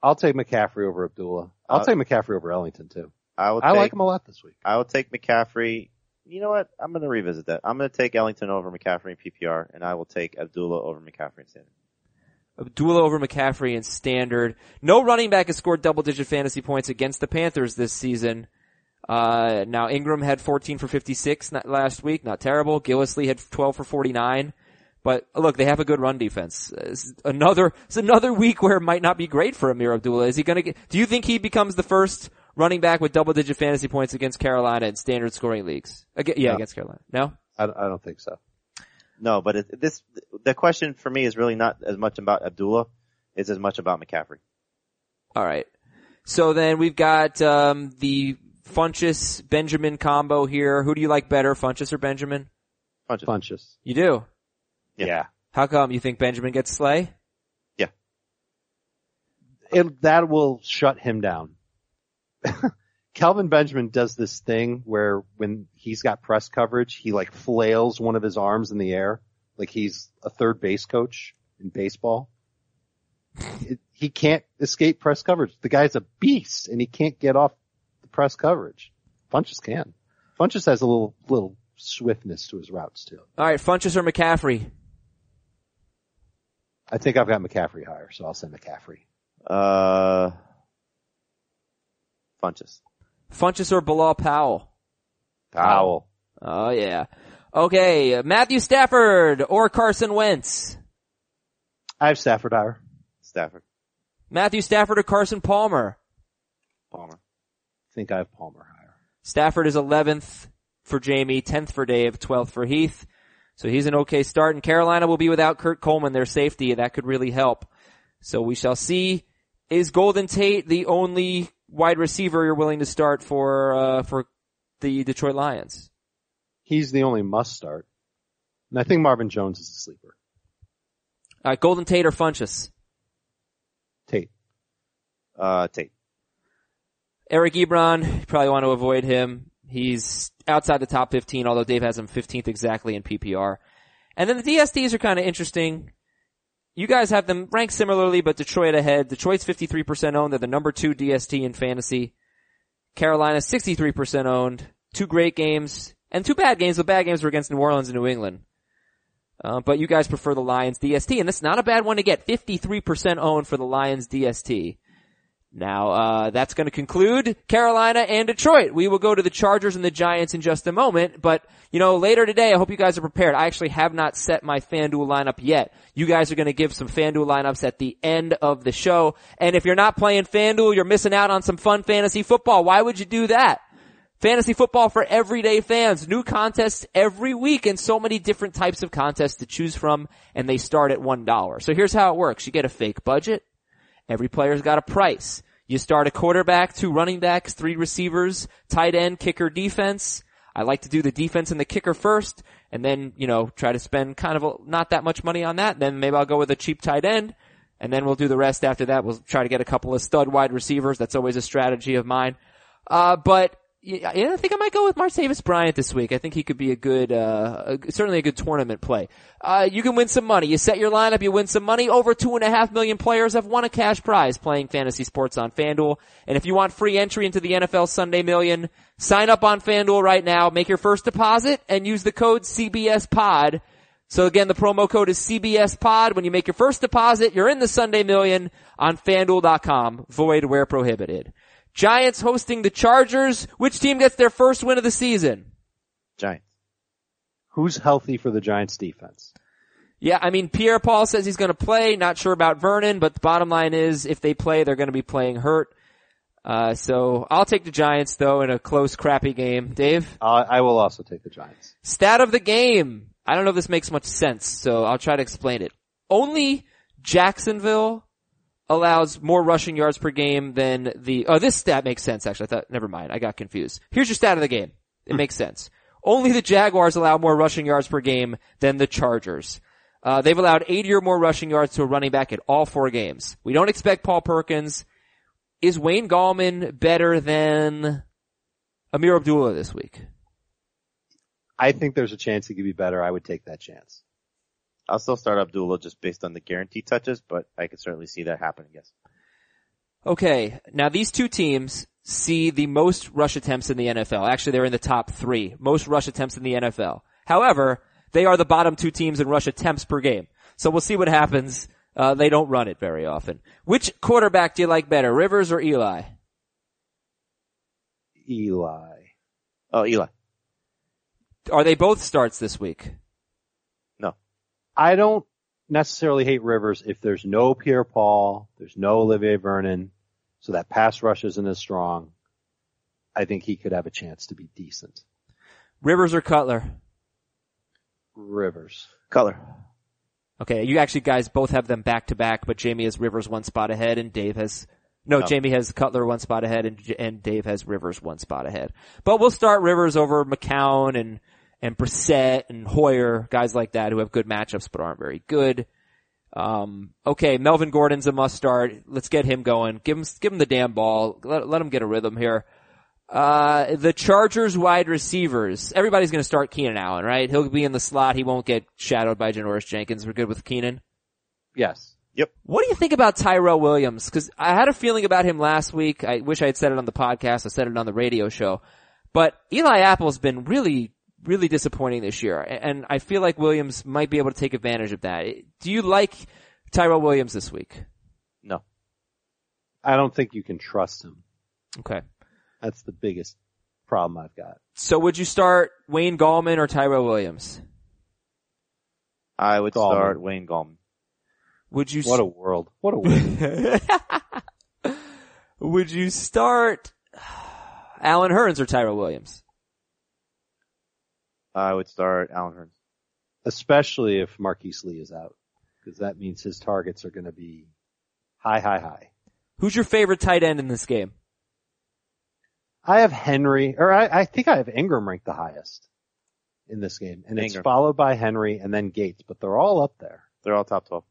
C: I'll take McCaffrey over Abdullah. I'll
D: Uh,
C: take McCaffrey over Ellington too.
D: I will.
C: I
D: take,
C: like him a lot this week.
D: I will take McCaffrey. You know what? I'm going to revisit that. I'm going to take Ellington over McCaffrey in PPR, and I will take Abdullah over McCaffrey in standard.
B: Abdullah over McCaffrey and standard. No running back has scored double digit fantasy points against the Panthers this season. Uh, now Ingram had 14 for 56 not last week, not terrible. Gillisley had 12 for 49. But uh, look, they have a good run defense. Uh, It's another, it's another week where it might not be great for Amir Abdullah. Is he gonna get, do you think he becomes the first running back with double digit fantasy points against Carolina in standard scoring leagues? Aga yeah,
C: No.
B: against Carolina. No?
C: I, I don't think so.
D: No, but it, this the question for me is really not as much about Abdullah, it's as much about McCaffrey.
B: All right. So then we've got um, the Funchess Benjamin combo here. Who do you like better, Funchess or Benjamin?
D: Funches.
C: Funches.
B: You do.
D: Yeah.
B: How come you think Benjamin gets Slay?
C: it, that will shut him down. Calvin Benjamin does this thing where when he's got press coverage, he like flails one of his arms in the air, like he's a third base coach in baseball. It- he can't escape press coverage. The guy's a beast and he can't get off the press coverage. Funches can. Funches has a little, little swiftness to his routes too.
B: All right, Funchess or McCaffrey?
C: I think I've got McCaffrey higher, so I'll say McCaffrey.
D: Uh Funches.
B: Funchess or Bilal Powell?
C: Powell.
B: Oh yeah. Okay, Matthew Stafford or Carson Wentz?
C: I have Stafford higher.
D: Stafford.
B: Matthew Stafford or Carson Palmer?
D: Palmer.
C: I think I have Palmer higher.
B: Stafford is 11th for Jamie, 10th for Dave, 12th for Heath. So he's an okay start and Carolina will be without Kurt Coleman, their safety. That could really help. So we shall see. Is Golden Tate the only wide receiver you're willing to start for, uh, for the Detroit Lions?
C: he's the only must start. And I think Marvin Jones is a sleeper.
B: Uh, Golden Tate or Funchess?
C: Tate.
D: Uh Tate.
B: Eric Ebron, you probably want to avoid him. He's outside the top 15, although Dave has him 15th exactly in PPR. And then the DSTs are kind of interesting. You guys have them ranked similarly, but Detroit ahead. Detroit's 53% owned. They're the number two DST in fantasy. Carolina 63% owned. Two great games and two bad games. The bad games were against New Orleans and New England. Uh, but you guys prefer the Lions DST, and that's not a bad one to get. 53% owned for the Lions DST. Now, uh, that's going to conclude Carolina and Detroit. We will go to the Chargers and the Giants in just a moment, but, you know, later today, I hope you guys are prepared. I actually have not set my FanDuel lineup yet. You guys are going to give some FanDuel lineups at the end of the show. And if you're not playing FanDuel, you're missing out on some fun fantasy football. Why would you do that? Fantasy football for everyday fans. New contests every week and so many different types of contests to choose from and they start at $1. So here's how it works. You get a fake budget. Every player's got a price. You start a quarterback, two running backs, three receivers, tight end, kicker, defense. I like to do the defense and the kicker first and then, you know, try to spend kind of a, not that much money on that. Then maybe I'll go with a cheap tight end and then we'll do the rest after that. We'll try to get a couple of stud wide receivers. That's always a strategy of mine. Uh, but yeah, yeah, I think I might go with Martavis Bryant this week. I think he could be a good, uh, a- certainly a good tournament play. Uh, you can win some money. You set your lineup, you win some money. Over two and a half million players have won a cash prize playing fantasy sports on FanDuel. And if you want free entry into the NFL Sunday Million, sign up on FanDuel right now, make your first deposit, and use the code CBSPOD. So again, the promo code is CBS Pod. When you make your first deposit, you're in the Sunday Million on FanDuel.com. Void where prohibited. Giants hosting the Chargers. Which team gets their first win of the season?
D: Giants.
C: Who's healthy for the Giants defense?
B: Yeah, I mean, Pierre Paul says he's going to play. Not sure about Vernon, but the bottom line is if they play, they're going to be playing hurt. Uh, so I'll take the Giants though in a close, crappy game. Dave,
C: Uh, I will also take the Giants.
B: stat of the game. I don't know if this makes much sense, so I'll try to explain it. Only Jacksonville allows more rushing yards per game than the, oh, this stat makes sense actually. I thought, never mind. I got confused. Here's your stat of the game. It makes sense. Only the Jaguars allow more rushing yards per game than the Chargers. Uh, they've allowed 80 or more rushing yards to a running back at all four games. We don't expect Paul Perkins. Is Wayne Gallman better than Amir Abdullah this week?
C: I think there's a chance he could be better. I would take that chance.
D: I'll still start Abdullah just based on the guaranteed touches, but I could certainly see that happening, yes.
B: Okay, now these two teams see the most rush attempts in the NFL. Actually, they're in the top three most rush attempts in the NFL. However, they are the bottom two teams in rush attempts per game. So we'll see what happens. Uh, they don't run it very often. Which quarterback do you like better, Rivers or Eli?
C: Eli.
D: Oh, Eli.
B: Are they both starts this week?
C: I don't necessarily hate Rivers if there's no Pierre Paul, there's no Olivier Vernon, so that pass rush isn't as strong. I think he could have a chance to be decent.
B: Rivers or Cutler?
C: Rivers.
D: Color.
B: Okay, you actually guys both have them back to back, but Jamie has Rivers one spot ahead and Dave has, no,
D: Oh.
B: Jamie has Cutler one spot ahead and, J- and Dave has Rivers one spot ahead. But we'll start Rivers over McCown and, and Brissett and Hoyer, guys like that who have good matchups but aren't very good. Um, okay, Melvin Gordon's a must start. Let's get him going. Give him, give him the damn ball. Let, let him get a rhythm here. Uh, the Chargers wide receivers. Everybody's going to start Keenan Allen, right? He'll be in the slot. He won't get shadowed by Janoris Jenkins. We're good with Keenan.
C: Yes.
B: What do you think about Tyrell Williams? Cause I had a feeling about him last week. I wish I had said it on the podcast. I said it on the radio show, but Eli Apple's been really, really disappointing this year. a- And I feel like Williams might be able to take advantage of that. Do you like Tyrell Williams this week?
D: No.
C: I don't think you can trust him.
B: Okay.
C: That's the biggest problem I've got.
B: So would you start Wayne Gallman or Tyrell Williams?
D: I would
C: Gallman.
D: start Wayne Gallman.
B: Would you
C: What a world. What a world.
B: Would you start Alan Hearns or Tyrell Williams?
D: I would start Alan Hearns.
C: Especially if Marquise Lee is out. Cause that means his targets are gonna be high, high, high.
B: Who's your favorite tight end in this game?
C: I have Henry, or I, I think I have Ingram ranked the highest in this game. And it's
D: Ingram.
C: followed by Henry and then Gates, but they're all up there.
D: They're all top 12.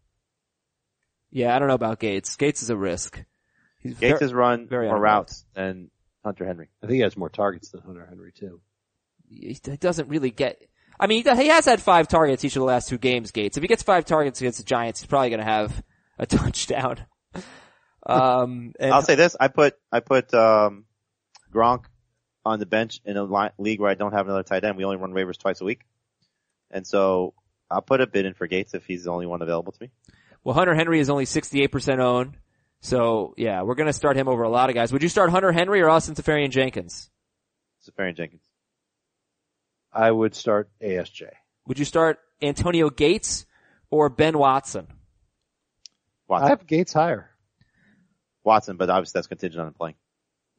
B: Yeah, I don't know about Gates. Gates is a risk. He's
D: Gates
B: ver-
D: has run
B: very
D: more
B: underrated.
D: routes than Hunter Henry.
C: I think he has more targets than Hunter Henry too.
B: he he doesn't really get. I mean, he does- he has had five targets each of the last two games. Gates. If he gets five targets against the Giants, he's probably going to have a touchdown. Um, and
D: I'll say this. I put, I put, um, Gronk on the bench in a li- league where I don't have another tight end. We only run waivers twice a week. And so I'll put a bid in for Gates if he's the only one available to me.
B: well, Hunter Henry is only sixty-eight percent owned. So yeah, we're going to start him over a lot of guys. Would you start Hunter Henry or Austin Safarian Jenkins?
D: Safarian Jenkins.
C: I would start ASJ.
B: Would you start Antonio Gates or Ben Watson?
C: I
D: Watson.
C: have Gates higher.
D: Watson, but obviously that's contingent on him playing.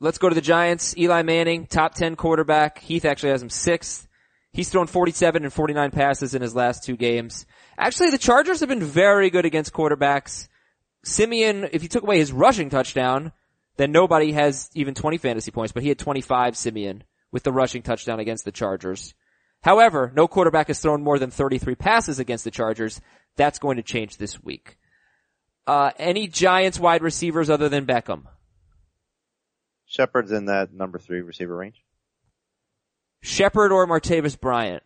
B: Let's go to the Giants. Eli Manning, top 10 quarterback. Heath actually has him sixth. He's thrown 47 and 49 passes in his last two games. Actually, the Chargers have been very good against quarterbacks. Simeon, if you took away his rushing touchdown, then nobody has even 20 fantasy points, but he had 25 Simeon with the rushing touchdown against the Chargers. However, no quarterback has thrown more than 33 passes against the Chargers. That's going to change this week. Uh, any Giants wide receivers other than Beckham?
D: Shepard's in that number three receiver range.
B: Shepard or Martavis Bryant?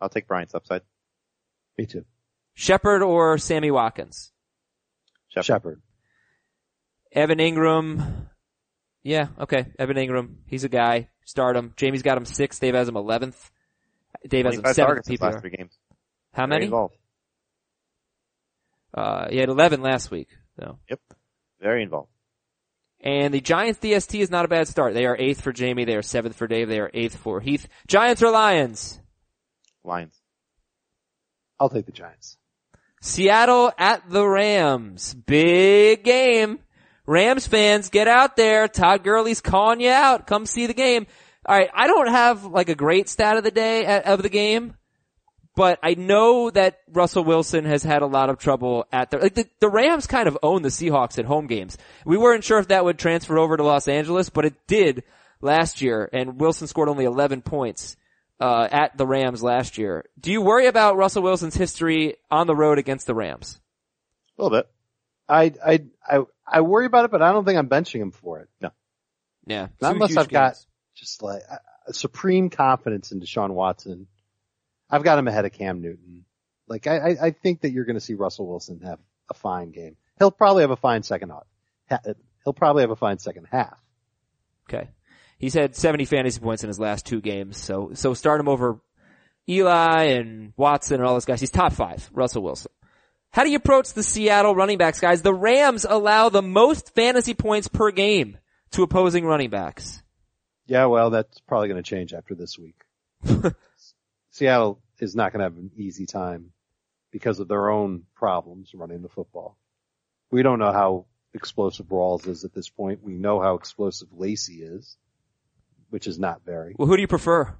D: I'll take Bryant's upside.
C: Me too.
B: Shepard or Sammy Watkins?
D: Shepard.
C: Shepard.
B: Evan Ingram. Yeah, okay. Evan Ingram. He's a guy. Start him. Jamie's got him sixth. Dave has him 11th. Dave has him
D: 25
B: seventh.
D: targets his last
B: PPR.
D: three games.
B: How
D: Very
B: many?
D: involved.
B: Uh, he had 11 last week. So.
D: Very involved.
B: And the Giants DST is not a bad start. They are eighth for Jamie. They are seventh for Dave. They are eighth for Heath. Giants or Lions?
D: Lions.
C: I'll take the Giants.
B: Seattle at the Rams. Big game. Rams fans, get out there. Todd Gurley's calling you out. Come see the game. All right, I don't have like a great stat of the day uh, of the game, but I know that Russell Wilson has had a lot of trouble at the like the, the Rams kind of own the Seahawks at home games. We weren't sure if that would transfer over to Los Angeles, but it did last year and Wilson scored only 11 points uh, at the Rams last year. Do you worry about Russell Wilson's history on the road against the Rams?
D: A little bit.
C: I, I, I, I worry about it, but I don't think I'm benching him for it.
B: Yeah.
C: Not
B: Two
C: unless
B: huge
C: I've got-
B: games.
C: Just like I- I- supreme confidence in Deshaun Watson. I've got him ahead of Cam Newton. Like I, I, I think that you're going to see Russell Wilson have a fine game. He'll probably have a fine second half. ha- he'll probably have a fine second half.
B: Okay. He's had 70 fantasy points in his last two games. So, so start him over Eli and Watson and all those guys. He's top five. Russell Wilson. How do you approach the Seattle running backs, guys? The Rams allow the most fantasy points per game to opposing running backs.
C: Yeah, well, that's probably going to change after this week. Seattle is not going to have an easy time because of their own problems running the football. We don't know how explosive Rawls is at this point. We know how explosive Lacey is, which is not very.
B: Well, who do you prefer?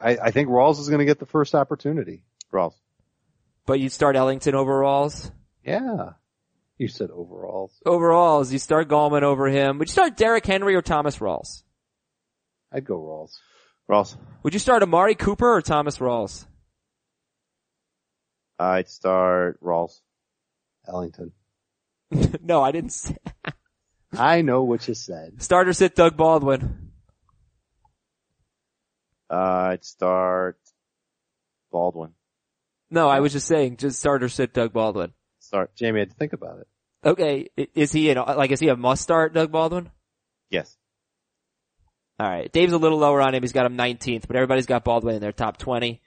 C: I, I think Rawls is going to get the first opportunity.
D: Rawls.
B: But you'd start Ellington overalls?
C: Yeah. You said overalls.
B: Overalls, you start Gallman over him. Would you start Derrick Henry or Thomas Rawls?
C: I'd go Rawls.
D: Rawls.
B: Would you start Amari Cooper or Thomas Rawls?
D: I'd start Rawls.
C: Ellington.
B: no, I didn't say.
C: I know what you said.
B: Start or sit Doug Baldwin.
D: Uh, I'd start Baldwin.
B: No, I was just saying, just start or sit Doug Baldwin.
D: Start.
C: Jamie had to think about it.
B: Okay, i- is he an, like, is he a must start Doug Baldwin?
D: Yes.
B: Alright, Dave's a little lower on him, he's got him 19th, but everybody's got Baldwin in their top 20.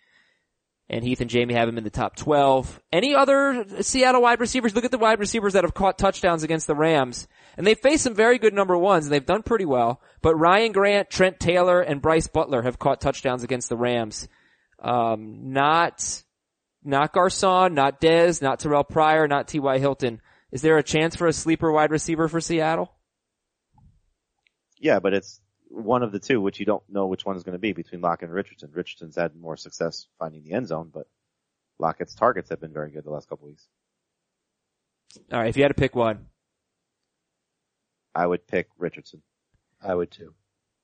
B: And Heath and Jamie have him in the top 12. Any other Seattle wide receivers? Look at the wide receivers that have caught touchdowns against the Rams. And they've faced some very good number ones and they've done pretty well. But Ryan Grant, Trent Taylor, and Bryce Butler have caught touchdowns against the Rams. Um, not, not Garcon, not Dez, not Terrell Pryor, not T.Y. Hilton. Is there a chance for a sleeper wide receiver for Seattle?
D: Yeah, but it's one of the two, which you don't know which one is going to be between Lockett and Richardson. Richardson's had more success finding the end zone, but Lockett's targets have been very good the last couple weeks.
B: Alright, if you had to pick one.
D: I would pick Richardson.
C: I would too.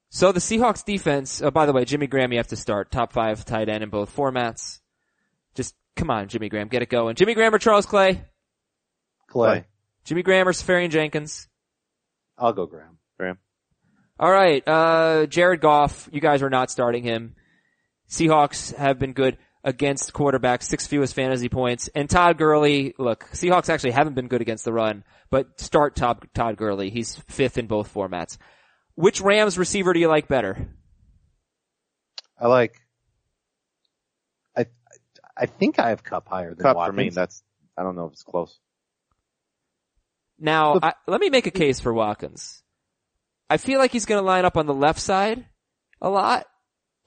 B: So the Seahawks defense, oh, by the way, Jimmy Graham, you have to start top five tight end in both formats. Just come on, Jimmy Graham, get it going. Jimmy Graham or Charles Clay?
C: Clay.
D: Clay.
B: Jimmy Graham or Safarian Jenkins?
C: I'll go Graham.
D: Graham.
B: All right, uh, Jared Goff, you guys are not starting him. Seahawks have been good against quarterbacks, six fewest fantasy points. And Todd Gurley, look, Seahawks actually haven't been good against the run, but start Todd, Todd Gurley. He's fifth in both formats. Which Rams receiver do you like better?
C: I like. I I think I have Cup higher than
D: Cup for
C: Watkins.
D: me, that's, I don't know if it's close.
B: Now,
C: The-
B: I, let me make a case for Watkins. I feel like he's going to line up on the left side a lot,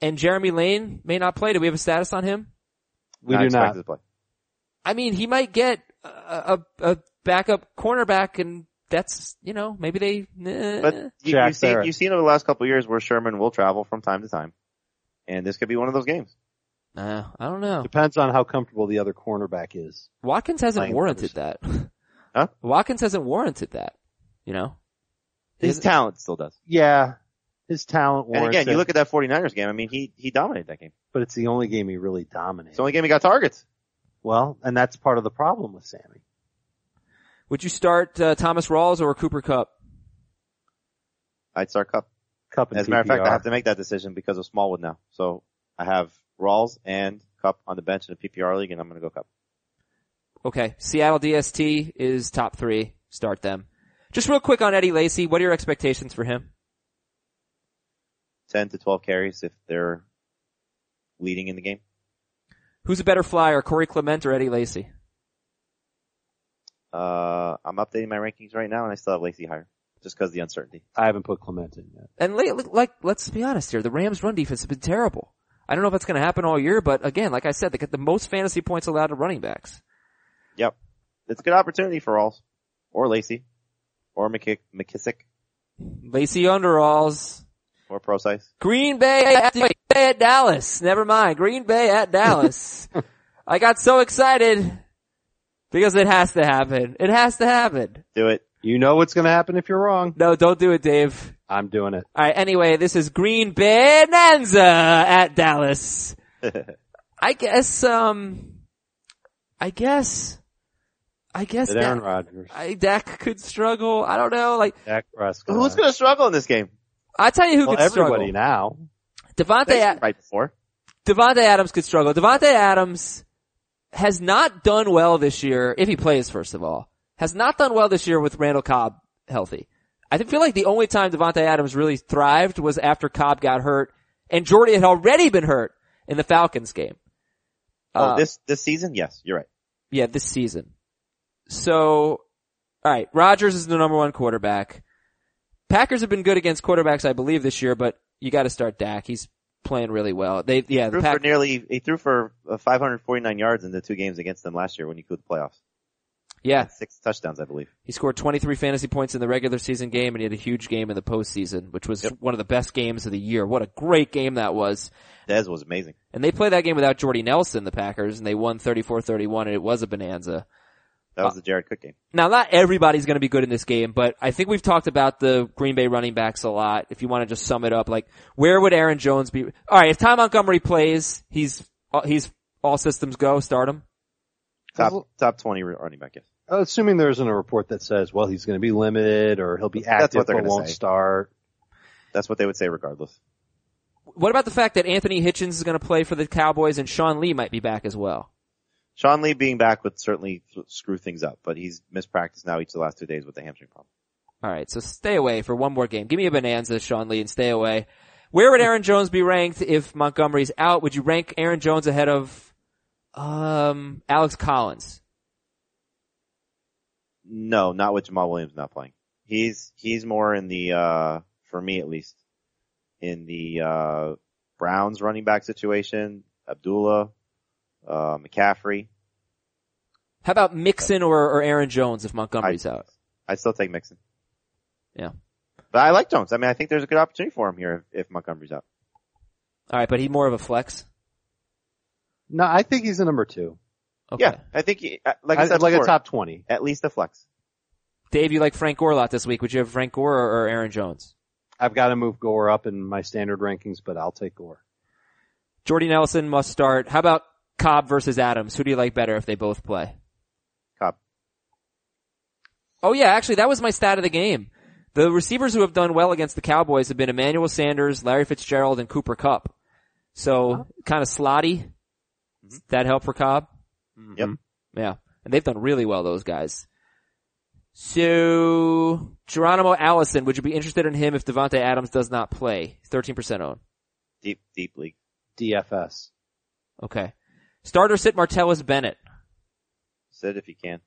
B: and Jeremy Lane may not play. Do we have a status on him?
C: we
D: I
C: do
D: expected
C: not.
D: to play.
B: I mean, he might get a, a, a backup cornerback, and that's you know maybe they. eh.
D: But you,
C: Jack
D: have seen,
C: Barrett.
D: you've seen over the last couple of years where Sherman will travel from time to time, and this could be one of those games.
B: Uh, I don't know.
C: Depends on how comfortable the other cornerback is.
B: Watkins hasn't
C: Playing
B: warranted that.
D: Huh?
B: Watkins hasn't warranted that. You know.
D: His
B: Isn't-
D: talent still does.
C: Yeah, his talent
D: And
C: warrants
D: again, you
C: it,
D: look at that 49ers game. I mean, he he dominated that game.
C: but it's the only game he really dominates.
D: It's the only game he got targets.
C: well, and that's part of the problem with Sammy.
B: Would you start uh, Thomas Rawls or Cooper Cup?
D: I'd start Cup.
C: Cup and
D: As a matter of fact,
C: PPR.
D: I have to make that decision because of Smallwood now. So I have Rawls and Cup on the bench in the PPR league, and I'm going to go Cup.
B: Okay. Seattle DST is top three. Start them. Just real quick on Eddie Lacy. What are your expectations for him?
D: 10 to 12 carries if they're leading in the game.
B: Who's a better flyer, Corey Clement or Eddie Lacy?
D: Uh, I'm updating my rankings right now, and I still have Lacey higher just because the uncertainty.
C: I haven't put Clement in yet.
B: And lately, like, let's be honest here. The Rams run defense has been terrible. I don't know if that's going to happen all year, but again, like I said, they get the most fantasy points allowed to running backs.
D: Yep. It's a good opportunity for Rawls or Lacey or McKick, McKissick
B: Lacy underalls.
D: or Procyse.
B: Green Bay at, Green Bay at Dallas. Never mind. Green Bay at Dallas. I got so excited because it has to happen. It has to happen.
D: Do it.
C: You know what's going to happen if you're wrong.
B: No, don't do it, Dave.
C: I'm doing it.
B: All right. Anyway, this is Green Bonanza at Dallas. I guess. Um, I guess. I guess
C: Did Aaron
B: that,
C: Rodgers,
B: I, Dak could struggle. I don't know. Like
C: Dak Prescott.
D: Who's going to struggle in this game?
B: I tell you, who
C: well,
B: could
C: everybody
B: struggle?
C: now.
B: Devontae,
D: They
B: Ad-
D: right before.
B: Devontae Adams could struggle. Devontae Adams has not done well this year. If he plays, first of all, has not done well this year with Randall Cobb healthy. I feel like the only time Devontae Adams really thrived was after Cobb got hurt and Jordy had already been hurt in the Falcons game. Uh,
D: Oh, this this season, yes, you're right.
B: Yeah, this season. So, alright, Rodgers is the number one quarterback. Packers have been good against quarterbacks, I believe, this year, but you gotta start Dak. He's playing really well. They, yeah, the
D: Threw for
B: Pack-
D: nearly he threw for uh, 549 yards in the two games against them last year when you go to the playoffs.
B: yeah,
D: Six touchdowns, I believe.
B: he scored 23 fantasy points in the regular season game and he had a huge game in the postseason, which was one of the best games of the year. What a great game that was.
D: Dez was amazing.
B: And they played that game without Jordy Nelson, the Packers, and they won 34-31 and it was a bonanza.
D: That
B: Uh,
D: was the Jared Cook game.
B: Now not everybody's gonna be good in this game, but I think we've talked about the Green Bay running backs a lot. If you want to just sum it up, like, where would Aaron Jones be? Alright, if Ty Montgomery plays, he's, he's all systems go, start him.
D: Top top 20 running back. Yes.
C: Assuming there isn't a report that says, well, he's going to be limited or he'll be
D: That's what
C: active
D: they're
C: but
D: gonna
C: won't
D: say.
C: start.
D: That's what they would say regardless.
B: What about the fact that Anthony Hitchens is gonna play for the Cowboys and Sean Lee might be back as well?
D: Sean Lee being back would certainly th- screw things up, but he's mispracticed now each of the last two days with the hamstring problem.
B: All right, so stay away for one more game. Give me a bonanza, Sean Lee, and stay away. Where would Aaron Jones be ranked if Montgomery's out? Would you rank Aaron Jones ahead of um Alex Collins?
D: No, not with Jamal Williams not playing. He's he's more in the uh for me at least in the uh Browns running back situation, Abdullah, uh McCaffrey.
B: How about Mixon or, or Aaron Jones if Montgomery's out?
D: I still take Mixon.
B: Yeah.
D: But I like Jones. I mean, I think there's a good opportunity for him here if, if Montgomery's out.
B: All right, but he more of a flex.
C: No, I think he's the number two.
B: Okay.
D: Yeah, I think he, uh, like I,
C: I-
D: said
C: like
D: before,
C: a top 20.
D: at least a flex.
B: Dave, you like Frank Gore a lot this week. Would you have Frank Gore or, or Aaron Jones?
C: I've got to move Gore up in my standard rankings, but I'll take Gore.
B: Jordy Nelson must start. How about Cobb versus Adams? Who do you like better if they both play?
D: Cobb.
B: Oh yeah, actually that was my stat of the game. The receivers who have done well against the Cowboys have been Emmanuel Sanders, Larry Fitzgerald, and Cooper Cup. So kind of slotty. That help for Cobb?
D: Yep.
B: Yeah. And they've done really well, those guys. So Geronimo Allison, would you be interested in him if Devontae Adams does not play? 13% own.
D: Deep, deep league.
C: DFS.
B: Okay. Starter sit Martellus Bennett.
D: Said if you can.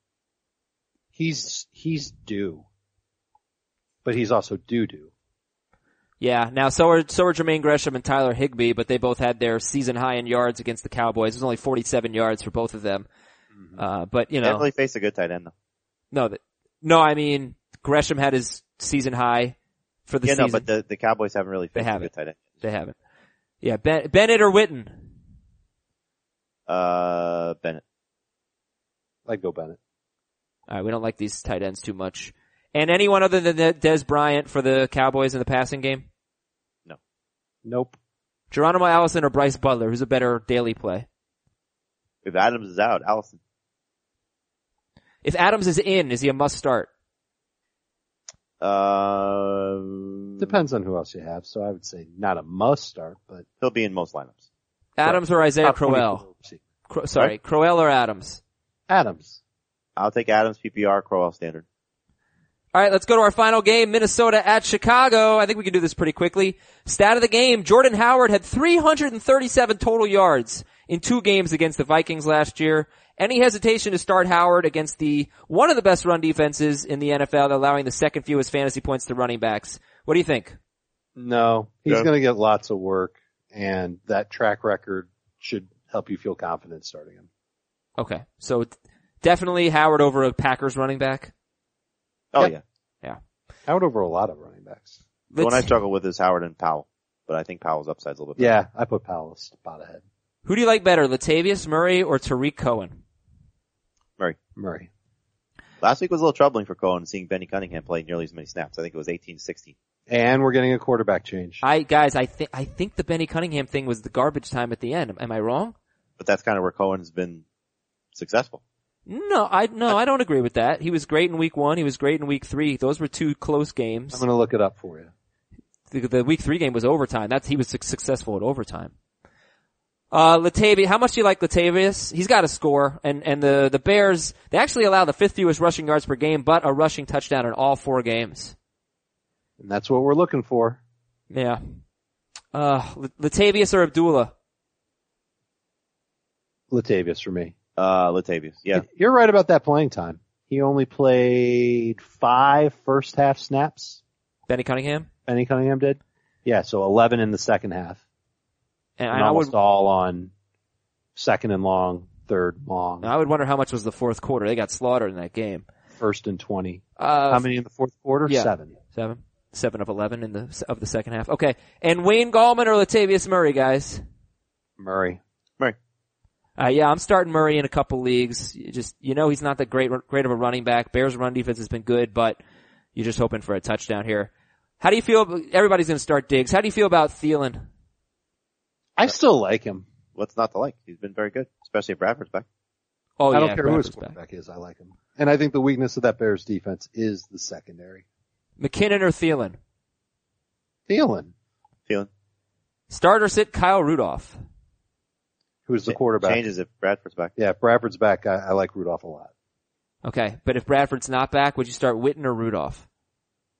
C: He's, he's due. But he's also doo-doo.
B: Yeah. Now, so are so are Jermaine Gresham and Tyler Higbee, but they both had their season high in yards against the Cowboys. It was only 47 yards for both of them. Uh, but you
D: They
B: know,
D: Definitely face a good tight end though.
B: no, that, no, I mean Gresham had his season high for the
D: yeah,
B: season.
D: no, but the, the Cowboys haven't really
B: They
D: faced a
B: haven't.
D: good tight end.
B: they haven't. Yeah, ben, Bennett or Witten.
D: Uh, Bennett.
C: Like Go Bennett.
B: All right, we don't like these tight ends too much. And anyone other than De- Des Bryant for the Cowboys in the passing game?
C: Nope.
B: Geronimo Allison or Bryce Butler? Who's a better daily play?
D: If Adams is out, Allison.
B: If Adams is in, is he a must start?
D: Uh,
C: Depends on who else you have, so I would say not a must start, but
D: he'll be in most lineups.
B: Adams or Isaiah
C: top 20
B: Crowell?
C: receiver.
B: Cro- sorry, Crowell or Adams?
C: Adams.
D: I'll take Adams PPR, Crowell standard.
B: All right, let's go to our final game, Minnesota at Chicago. I think we can do this pretty quickly. Stat of the game, Jordan Howard had 337 total yards in two games against the Vikings last year. Any hesitation to start Howard against the, one of the best run defenses in the NFL, allowing the second fewest fantasy points to running backs. What do you think?
C: No, he's
D: Yeah.
C: going to get lots of work, and that track record should help you feel confident starting him.
B: Okay. So d- definitely Howard over a Packers running back.
D: Oh
C: Yep.
D: yeah.
C: I would over a lot of running backs.
D: The one I
B: Let's-
D: struggle with is Howard and Powell, but I think Powell's upside's a little bit. better.
C: Yeah, I put Powell a spot ahead.
B: who do you like better, Latavius Murray or Tariq Cohen?
C: Murray.
D: Last week was a little troubling for Cohen seeing Benny Cunningham play nearly as many snaps. I think it was 18 16.
C: And we're getting a quarterback change.
B: I, guys, I think, I think the Benny Cunningham thing was the garbage time at the end. Am I wrong?
D: But that's kind of where Cohen's been successful.
B: No, I no, I don't agree with that. He was great in week one. He was great in week three. Those were two close games.
C: I'm going to look it up for you.
B: the, the week three game was overtime. That's he was suc successful at overtime. Uh, Latavius, how much do you like Latavius? He's got a score, and, and the, the Bears, they actually allow the fifth fewest rushing yards per game, but a rushing touchdown in all four games.
C: And that's what we're looking for.
B: Yeah. Uh, L- Latavius or Abdullah?
C: Latavius for me.
D: Uh, Latavius. Yeah.
C: You're right about that playing time. He only played five first half snaps.
B: Benny Cunningham?
C: Benny Cunningham did. Yeah, so 11 in the second half.
B: And,
C: And
B: I
C: almost
B: would,
C: all on second and long, third long,
B: I would wonder how much was the fourth quarter. They got slaughtered in that game.
C: first and 20.
B: Uh,
C: How many in the fourth quarter?
B: yeah.
C: Seven.
B: Seven, seven of eleven in the of the second half. Okay, and Wayne Gallman or Latavius Murray, guys.
C: Murray.
B: Uh, yeah, I'm starting Murray in a couple leagues. You just you know he's not that great great of a running back. Bears run defense has been good, but you're just hoping for a touchdown here. How do you feel? Everybody's going to start Diggs. How do you feel about Thielen?
C: I still like him.
D: What's not to like? He's been very good, especially if Bradford's back.
B: Oh
C: I don't
B: yeah,
C: care who
B: Bradford's
C: his
B: back.
C: quarterback is. I like him. And I think the weakness of that Bears defense is the secondary.
B: McKinnon or Thielen.
C: Thielen,
D: Feeling
B: Start or sit Kyle Rudolph.
C: who's the quarterback.
D: changes if Bradford's back.
C: Yeah, if Bradford's back. I, I like Rudolph a lot.
B: Okay, but if Bradford's not back, would you start Witten or Rudolph?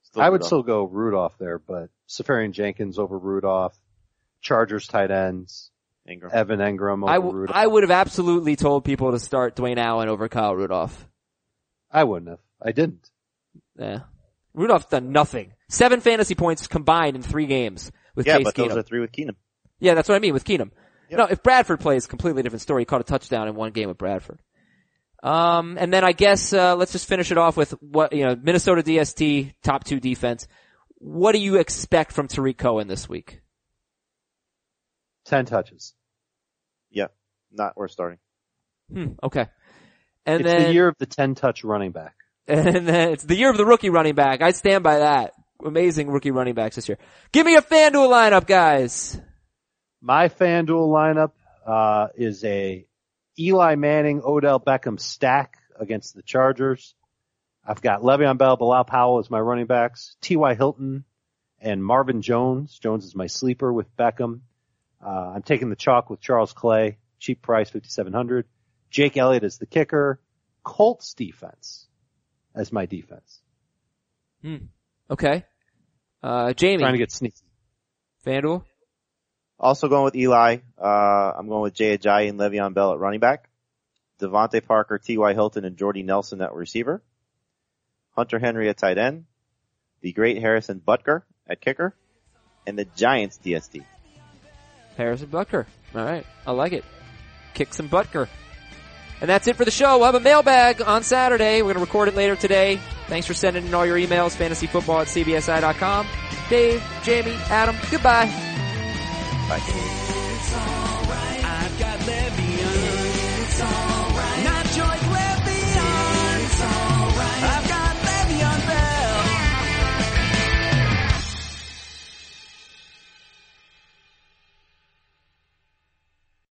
D: Still
C: I would
D: Rudolph.
C: still go Rudolph there, but Safarian Jenkins over Rudolph, Chargers tight ends,
D: Ingram.
C: Evan Engram over
B: I, w-
C: Rudolph.
B: I would have absolutely told people to start Dwayne Allen over Kyle Rudolph.
C: I wouldn't have. I didn't.
B: Yeah. Rudolph's done nothing. Seven fantasy points combined in three games with
D: yeah,
B: Case
D: but
B: Keenum.
D: those are three with Keenum.
B: Yeah, that's what I mean with Keenum. No, if Bradford plays, completely different story. He caught a touchdown in one game with Bradford. Um, and then I guess uh, let's just finish it off with what you know, Minnesota DST top two defense. What do you expect from Tariq Cohen this week?
C: Ten touches.
D: Yeah, not worth starting.
B: Hmm, okay. And
C: it's
B: then
C: the year of the ten touch running back.
B: And then it's the year of the rookie running back. I stand by that. Amazing rookie running backs this year. Give me a FanDuel lineup, guys.
C: My FanDuel lineup uh, is a Eli Manning, Odell Beckham stack against the Chargers. I've got Le'Veon Bell, Bilal Powell as my running backs, T.Y. Hilton, and Marvin Jones. Jones is my sleeper with Beckham. Uh, I'm taking the chalk with Charles Clay, cheap price, 5,700. Jake Elliott is the kicker. Colts defense as my defense.
B: Okay. Uh, Jamie,
C: Trying to get sneaky.
B: FanDuel.
D: Also going with Eli. Uh, I'm going with Jay Ajayi and Le'Veon Bell at running back. Devontae Parker, T.Y. Hilton, and Jordy Nelson at receiver. Hunter Henry at tight end. The great Harrison Butker at kicker. And the Giants DSD.
B: Harrison Butker. All right. I like it. Kick some Butker. And that's it for the show. We'll have a mailbag on Saturday. We're going to record it later today. Thanks for sending in all your emails. Fantasyfootball at cbsi.com. Dave, Jamie, Adam, goodbye.
A: It's all